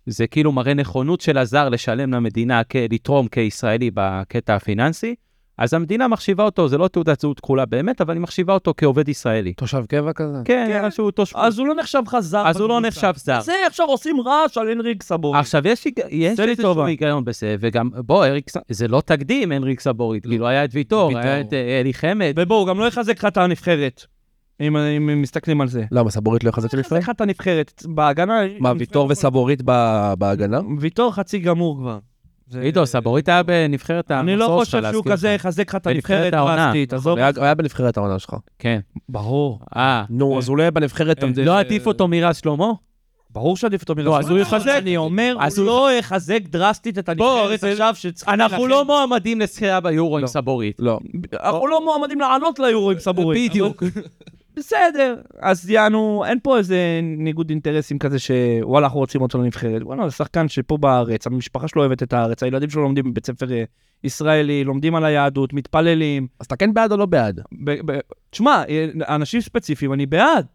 B: זה כאילו מראה נכונות של הזר לשלם למדינה, כ- לתרום כישראלי בקטע הפיננסי, אז המדינה מחשיבה אותו, זה לא תעודת זהות כחולה באמת, אבל היא מחשיבה אותו כעובד ישראלי.
A: תושב קבע כזה?
B: כן,
C: כן.
B: נראה שהוא תושב...
C: אז הוא לא נחשב לך זר.
B: אז הוא לא
C: בקבוצה.
B: נחשב זר.
C: זה עכשיו עושים רעש על הנריק סבורית.
B: עכשיו, יש, היג- יש
C: עשה לי
B: איזשהו
C: טובה.
B: היגיון בזה, וגם, בוא, אריק, ס- זה לא תקדים, הנריק סבורית, כאילו, היה את ויטור, היה את אה, אלי חמד,
C: ובואו, הוא גם לא יחזק לך את הנבחרת, אם- אם מסתכלים על זה.
A: למה, סבורית לא יחזק
C: לא
A: לפני?
C: יחזק לך את הנבחרת, בהגנה...
A: מה, ויטור וסבורית ב-
C: לא.
A: בהגנה?
C: ויטור חצי גמור כבר. זה-
B: עידו, סבורית היה בנבחרת כאילו. המסור
C: אני לא חושב
B: שלה,
C: שהוא
B: להזכיר
C: כזה
B: לך.
C: יחזק לך את
B: בנבחרת
C: הנבחרת
B: העונה.
C: דרסטית, עזוב.
A: היה- היה בנבחרת העונה שלך.
B: כן.
C: ברור.
B: אה,
A: נו, אז הוא לא יהיה בנבחרת...
B: לא עדיף אותו מרז שלמה?
C: ברור שעדיף אותו מלחזק.
B: לא, אז הוא יחזק.
C: אני אומר,
B: אז
C: הוא
B: הוא-
C: לא יחזק דרסטית את הנבחרת
B: זה-
C: עכשיו שצריך...
B: אנחנו
C: להילחם.
B: לא מועמדים לזכייה ביורו עם סבורית.
A: לא.
C: אנחנו לא מועמדים לעלות ליורו עם סבורית.
B: בדיוק.
C: אבל- [LAUGHS] בסדר. אז יענו, אין פה איזה ניגוד אינטרסים כזה שוואלה, אנחנו רוצים אותו לנבחרת. וואלה, זה שחקן שפה בארץ, המשפחה שלו אוהבת את הארץ, הילדים שלו לומדים בבית ספר אה, ישראלי, לומדים על היהדות, מתפללים.
A: אז אתה כן בעד או לא בעד?
C: ב- ב- תשמע, אה, אנשים ספציפיים, אני בעד.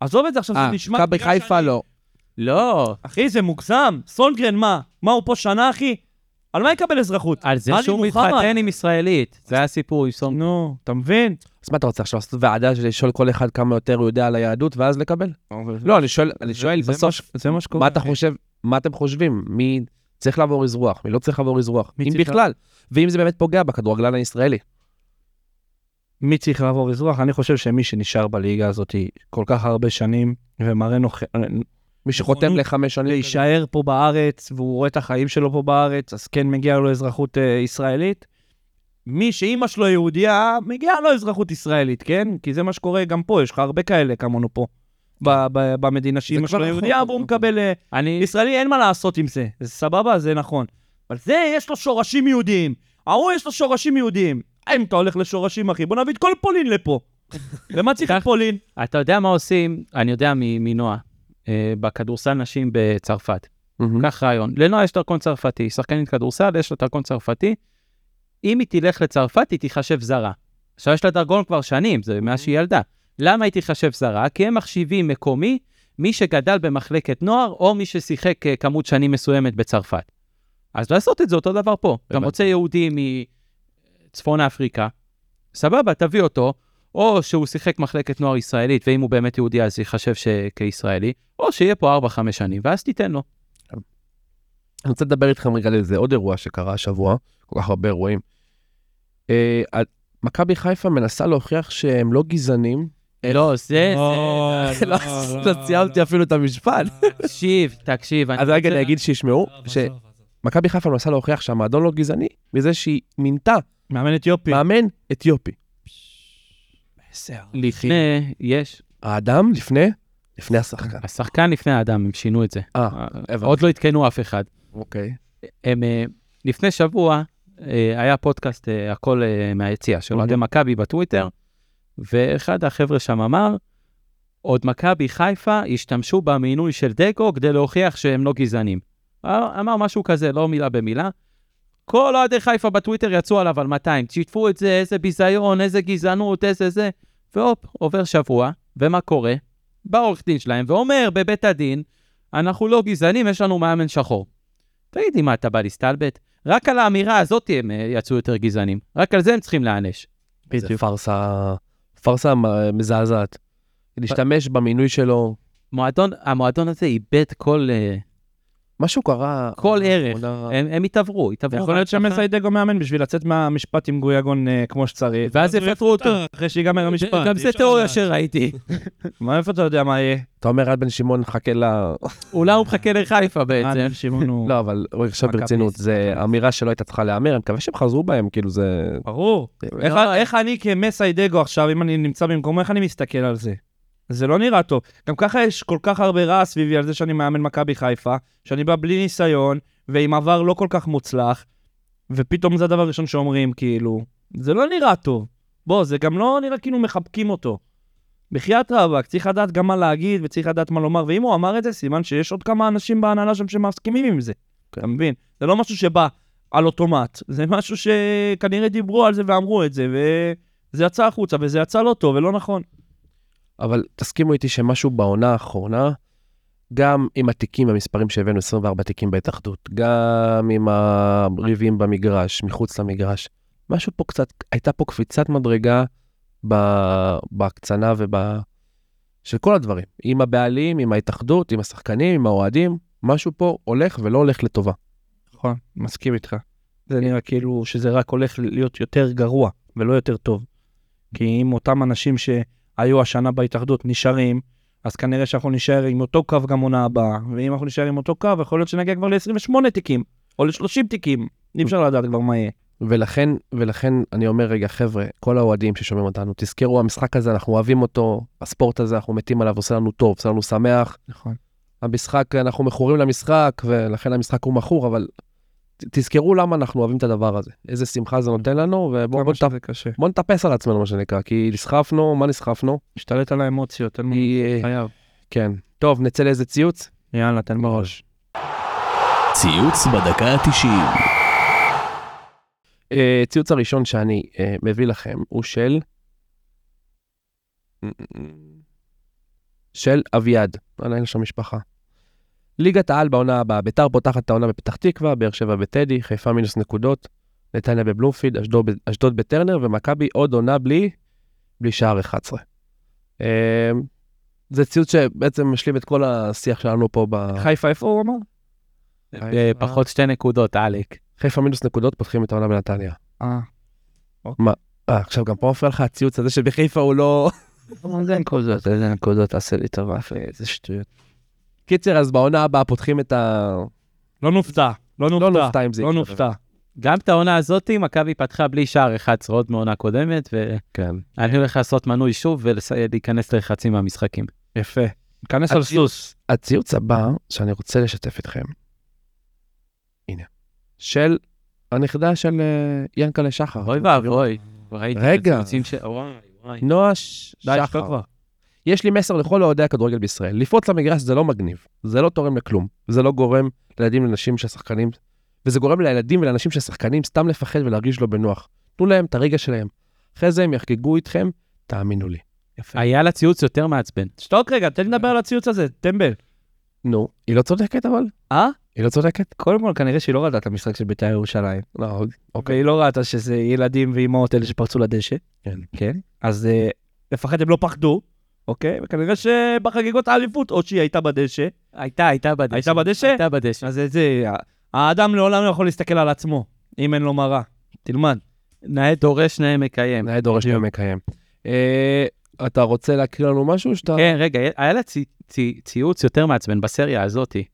C: עזוב את זה עכשיו,
A: אה,
C: זה נשמע... כאילו
A: מכבי חיפה לא.
B: לא,
C: אחי, זה מוגזם. סונגרן, מה? מה, הוא פה שנה, אחי? על מה יקבל אזרחות?
B: על זה
C: עלי
B: שהוא
C: מוחמד.
B: מתחתן עם ישראלית. זה היה סיפור עם סום.
C: נו, אתה מבין?
A: אז מה אתה רוצה עכשיו לעשות ועדה של לשאול כל אחד כמה יותר הוא יודע על היהדות ואז לקבל? לא, אני שואל, אני שואל
C: זה
A: בסוף,
C: זה מה שקורה.
A: מה אתה חושב, מה אתם חושבים? מי צריך לעבור אזרוח, מי לא צריך לעבור אזרוח,
C: מי
A: אם
C: צריך-
A: בכלל, ואם זה באמת פוגע בכדורגלן הישראלי.
C: מי צריך לעבור אזרוח? אני חושב שמי שנשאר בליגה הזאת כל כך הרבה שנים, ומראה נוכ... נכון.
A: מי שחותם
C: נכונות
A: לחמש שנים,
C: להישאר פה בארץ, והוא רואה את החיים שלו פה בארץ, אז כן מגיעה לו אזרחות אה, ישראלית. מי שאימא שלו יהודייה, מגיעה לו אזרחות ישראלית, כן? כי זה מה שקורה גם פה, יש לך הרבה כאלה כמונו פה, ב- ב- במדינה שאימא
A: כבר
C: שלו
A: נכון,
C: יהודייה,
A: נכון,
C: והוא
A: נכון.
C: מקבל אה,
B: אני...
C: ישראלי אין מה לעשות עם זה, זה סבבה, זה נכון. אבל זה, יש לו שורשים יהודיים. ההוא יש לו שורשים יהודיים. אם אתה הולך לשורשים, אחי, בוא נביא את כל פולין לפה. למה צריך את
B: כך-
C: פולין?
B: אתה יודע מה עושים? אני יודע מ- מנועה, אה, בכדורסל נשים בצרפת.
A: מהמם.
B: קח רעיון. לנועה יש דרכון צרפתי, היא שחקנית כדורסל, יש לה דרכון צרפתי. אם היא תלך לצרפת, היא תיחשב זרה. עכשיו, יש לה דרכון כבר שנים, זה מאז שהיא ילדה. למה היא תיחשב זרה? כי הם מחשיבים מקומי מי שגדל במחלקת נוער, או מי ששיחק אה, כמות שנים מסוימת בצרפת. אז לעשות את זה אותו דבר פה. גם
A: הבנתי.
B: רוצה יהודי מצפון אפריקה, סבבה, תביא אותו, או שהוא שיחק מחלקת נוער ישראלית, ואם הוא באמת יהודי אז ייחשב ש- כישראלי, או שיהיה פה 4-5 שנים, ואז תיתן לו.
A: אני רוצה לדבר איתכם רגע על איזה עוד אירוע שקרה השבוע, כל כך הרבה אירועים. אה, ה- מכבי חיפה מנסה להוכיח שהם לא גזענים.
B: לא, זה,
A: [LAUGHS]
B: זה...
A: לא לא סיימתי אפילו את המשפט.
B: תקשיב, תקשיב. אני
A: אז רגע,
B: רוצה-
A: אני אגיד שישמעו, שמכבי חיפה מנסה להוכיח שהמועדון לא גזעני, מזה שהיא מינתה
C: מאמן אתיופי.
A: מאמן אתיופי.
B: לפני, יש.
A: האדם לפני, לפני השחקן.
B: השחקן לפני האדם, הם שינו את זה.
A: אה,
B: עוד לא עדכנו אף אחד.
A: אוקיי.
B: הם, אה, לפני שבוע אה, היה פודקאסט אה, הכל אה, מהיציע של אוהדי מכבי בטוויטר, ואחד החבר'ה שם אמר, עוד מכבי חיפה השתמשו במינוי של דגו כדי להוכיח שהם לא גזענים. אה, אמר משהו כזה, לא מילה במילה. כל אוהדי חיפה בטוויטר יצאו עליו על 200, שיתפו את זה, איזה ביזיון, איזה גזענות, איזה זה. והופ, עובר שבוע, ומה קורה? בא עורך דין שלהם ואומר בבית הדין, אנחנו לא גזענים, יש לנו מאמן שחור. תגידי, מה, אתה בא להסתלבט? רק על האמירה הזאת הם אה, יצאו יותר גזענים. רק על זה הם צריכים להיענש.
A: זה פארסה, פארסה מ- מזעזעת. להשתמש במינוי שלו,
B: מועדון, המועדון הזה איבד כל... אה,
A: משהו קרה.
B: כל ערך.
A: עונה-
B: הם הם התעברו, התעברו.
C: יכול להיות
B: בהצלחה.
C: שמסי דגו מאמן בשביל לצאת מהמשפט עם גויגון אה, כמו שצריך.
B: ואז יפטרו אותו.
C: אחרי שיגמר המשפט.
B: גם זה תיאוריה שראיתי.
C: מה, איפה אתה יודע מה יהיה?
A: אתה אומר, יד בן שמעון, חכה ל...
B: אולי הוא מחכה לחיפה בעצם.
C: אה, שמעון הוא...
A: לא, אבל אוי, עכשיו
C: מכביסט,
A: ברצינות, זה
C: מכביסט.
A: אמירה שלא הייתה צריכה להיאמר, אני מקווה שהם חזרו בהם, כאילו זה...
C: ברור. איך-
B: לא.
C: איך אני כמסי דגו עכשיו, אם אני נמצא במקומו, איך אני מסתכל על זה? זה לא נראה טוב. גם ככה יש כל כך הרבה רעש סביבי על זה שאני מאמן מכבי חיפה, שאני בא בלי ניסיון, ועם עבר לא כל כך מוצלח, ופתאום זה הדבר הראשון שאומרים, כאילו, זה לא נראה טוב. בוא, זה גם לא נראה כאילו מחבקים אותו. בחייאת רבאק, צריך לדעת גם מה להגיד וצריך לדעת מה לומר, ואם הוא אמר את זה, סימן שיש עוד כמה אנשים בהנהלה שם שמסכימים עם זה. אתה מבין? זה לא משהו שבא על אוטומט, זה משהו שכנראה דיברו על זה ואמרו את זה, וזה יצא החוצה, וזה יצא לא טוב ולא נכון.
A: אבל תסכימו איתי שמשהו בעונה האחרונה, גם עם התיקים, המספרים שהבאנו, 24 תיקים בהתאחדות, גם עם הריבים במגרש, מחוץ למגרש, משהו פה קצת, הייתה פה קפיצת מדרגה ב- בהקצנה וב... של כל הדברים, עם הבעלים, עם ההתאחדות, עם השחקנים, עם האוהדים, משהו פה הולך ולא הולך לטובה.
C: נכון, מסכים איתך. זה נראה כאילו שזה רק הולך להיות יותר גרוע ולא יותר טוב. כי אם אותם אנשים שהיו השנה בהתאחדות נשארים, אז כנראה שאנחנו נישאר עם אותו קו גם עונה הבאה, ואם אנחנו נישאר עם אותו קו, יכול להיות שנגיע כבר ל-28 תיקים, או ל-30 תיקים. אי אפשר לדעת כבר מה יהיה.
A: ולכן, ולכן אני אומר, רגע, חבר'ה, כל האוהדים ששומעים אותנו, תזכרו, המשחק הזה, אנחנו אוהבים אותו, הספורט הזה, אנחנו מתים עליו, עושה לנו טוב, עושה לנו שמח.
C: נכון.
A: המשחק, אנחנו מכורים למשחק, ולכן המשחק הוא מכור, אבל ת- תזכרו למה אנחנו אוהבים את הדבר הזה. איזה שמחה זה נותן לנו, ובואו בוא
C: כמה
A: נטפ...
C: שזה קשה.
A: בוא נטפס על עצמנו, מה שנקרא, כי נסחפנו, מה נסחפנו?
C: השתלט על האמוציות, אין מה...
A: היא-
C: חייב.
A: כן. טוב, נצא לאיזה ציוץ?
C: יאללה, תן בראש.
D: ציוץ בדקה ה-90.
A: אה, הציוץ הראשון שאני אה, מביא לכם הוא של... של אביעד, וואלה אין לו שם משפחה. ליגת העל בעונה הבאה, ביתר פותחת את העונה בפתח תקווה, באר שבע בטדי, חיפה מינוס נקודות, נתניה בבלומפילד, אשדוד, אשדוד בטרנר ומכבי עוד עונה בלי, בלי שער 11. אה, זה ציוץ שבעצם משלים את כל השיח שלנו פה ב...
C: חיפה, איפה הוא אמר?
B: אה, פחות שתי נקודות, עלק.
A: חיפה מינוס נקודות, פותחים את העונה בנתניה.
C: אה.
A: אה, עכשיו גם פה מפריע לך הציוץ הזה שבחיפה הוא לא...
C: איזה נקודות, איזה נקודות, עשה לי טובה, איזה שטויות.
A: קיצר, אז בעונה הבאה פותחים את ה...
C: לא נופתע, לא
A: לא
C: נופתע,
A: נופתע אם זה
C: לא
A: יקרה.
C: נופתע.
B: גם את העונה הזאתי, מכבי פתחה בלי שער 11 עוד מעונה קודמת, ואני
A: כן.
B: הולך לעשות מנוי שוב ולהיכנס לחצי מהמשחקים.
C: יפה. כנס על
A: הציוץ-
C: סוס.
A: הציוץ הבא שאני רוצה לשתף אתכם, הנה, של הנכדה של אה, ינקלה שחר.
B: אוי ואבוי. ראיתי את
A: רגע.
B: הציוצים ש... וואי, וואי.
A: נועה ש-
C: די, שתוק
A: שחר.
C: כבר.
A: יש לי מסר לכל אוהדי הכדורגל בישראל, לפרוץ למגרש זה לא מגניב, זה לא תורם לכלום, זה לא גורם לילדים ולנשים שהשחקנים, וזה גורם לילדים ולאנשים שהשחקנים סתם לפחד ולהרגיש לא בנוח. תנו להם את הרגע שלהם, אחרי זה הם יחגגו איתכם, תאמינו לי.
C: יפה.
B: היה לה ציוץ יותר מעצבן.
C: שתוק רגע, תן לי לדבר על הציוץ הזה, טמבל.
A: נו, היא לא צודקת אבל?
C: אה?
A: היא לא צודקת?
C: קודם כל, כנראה שהיא לא ראתה את המשחק של בית"ר ירושלים.
A: לא, אוקיי.
C: והיא לא ראתה שזה ילדים ואימהות אלה שפרצו לדשא.
A: כן.
C: כן. אז אה, לפחד הם לא פחדו, אוקיי? וכנראה שבחגיגות האליפות, או שהיא הייתה בדשא,
B: הייתה, הייתה בדשא.
C: הייתה בדשא?
B: הייתה בדשא.
C: אז זה- זה, ה- האדם לעולם לא יכול להסתכל על עצמו, אם אין לו מראה. תלמד.
B: נאה דורש, נאה
C: כן.
B: מקיים.
A: נאה דורש ומקיים. אה, אתה רוצה להקריא לנו משהו שאתה...
B: כן, רגע, היה לה צי- צי- ציוץ יותר מעצבן בסריה הזאתי.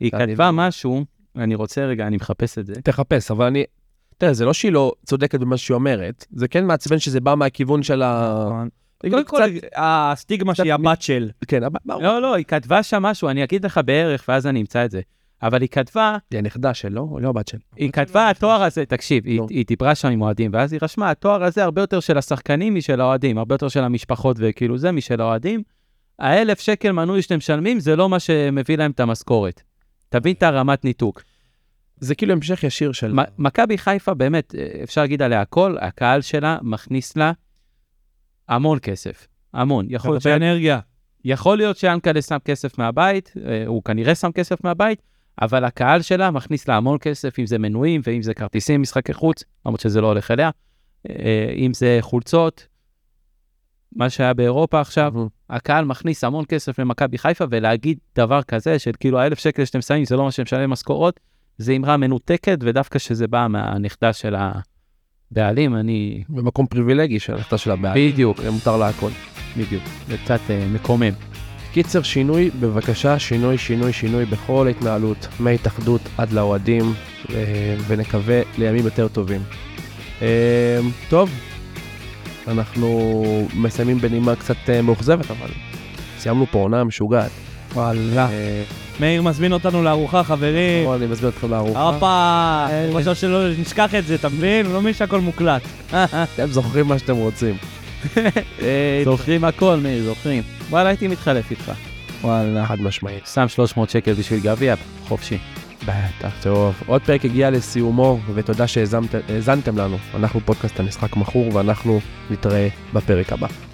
B: היא
A: אני
B: כתבה
A: מבין.
B: משהו, אני רוצה רגע, אני מחפש את זה.
A: תחפש, אבל אני... תראה, זה לא שהיא לא צודקת במה שהיא אומרת, זה כן מעצבן שזה בא מהכיוון של ה...
C: נכון. קודם כל, הסטיגמה שהיא הבת של.
A: כן, אבל ברור.
B: לא, לא, היא כתבה שם משהו, אני אגיד לך בערך, ואז אני אמצא את זה. אבל היא כתבה,
A: היא הנכדה של, לא? לא הבת של.
B: היא כתבה, התואר הזה, תקשיב, היא-
A: נו.
B: היא דיברה שם עם אוהדים, ואז היא רשמה, התואר הזה הרבה יותר של השחקנים משל האוהדים, הרבה יותר של המשפחות וכאילו זה משל האוהדים. האלף שקל מנוי שאתם משלמים, זה לא מה שמביא להם את המשכורת. תבין את הרמת ניתוק.
A: זה כאילו המשך ישיר של...
B: מ- מכבי חיפה, באמת, אה, אפשר להגיד עליה הכל, הקהל שלה מכניס לה המון כסף. המון. יכול להיות
C: הרבה
B: ש-
C: אנרגיה.
B: יכול להיות שיאנקל'ה שם כסף מהבית, אה, הוא כנראה שם כסף מהבית, אבל הקהל שלה מכניס לה המון כסף, אם זה מנויים ואם זה כרטיסים, משחקי חוץ, למרות שזה לא הולך אליה, אה, אם זה חולצות, מה שהיה באירופה עכשיו,
A: מ-
B: הקהל מכניס המון כסף למכבי חיפה, ולהגיד דבר כזה של כאילו האלף שקל שאתם שמים זה לא מה שמשלם משכורות, זה אמרה מנותקת, ודווקא שזה בא מהנכדה של הבעלים, אני...
A: במקום פריבילגי של הנכדה של הבעל.
B: בדיוק,
A: מותר לה הכל.
B: בדיוק, זה קצת אה, מקומם.
A: קיצר, שינוי, בבקשה, שינוי, שינוי, שינוי בכל ההתנהלות, מההתאחדות עד לאוהדים, אה, ונקווה לימים יותר טובים. אה, טוב, אנחנו מסיימים בנימה קצת אה, מאוכזבת, אבל סיימנו פה עונה משוגעת.
C: וואלה.
A: אה,
C: מאיר מזמין אותנו לארוחה, חברים.
A: בואו, אני מזמין אתכם
C: אה.
A: לארוחה.
C: הופה,
B: [LAUGHS]
C: הוא חשב שלא נשכח את זה, אתה מבין? לא מבין שהכל מוקלט.
A: אתם זוכרים מה שאתם רוצים.
C: אה,
B: זוכרים הכל, מאיר, זוכרים. וואלה, הייתי מתחלף איתך.
C: וואלה.
A: חד משמעית.
B: שם 300 שקל בשביל גביע, חופשי.
A: בטח, טוב. עוד פרק הגיע לסיומו, ותודה שהאזנתם לנו. אנחנו פודקאסט המשחק מכור, ואנחנו נתראה בפרק הבא.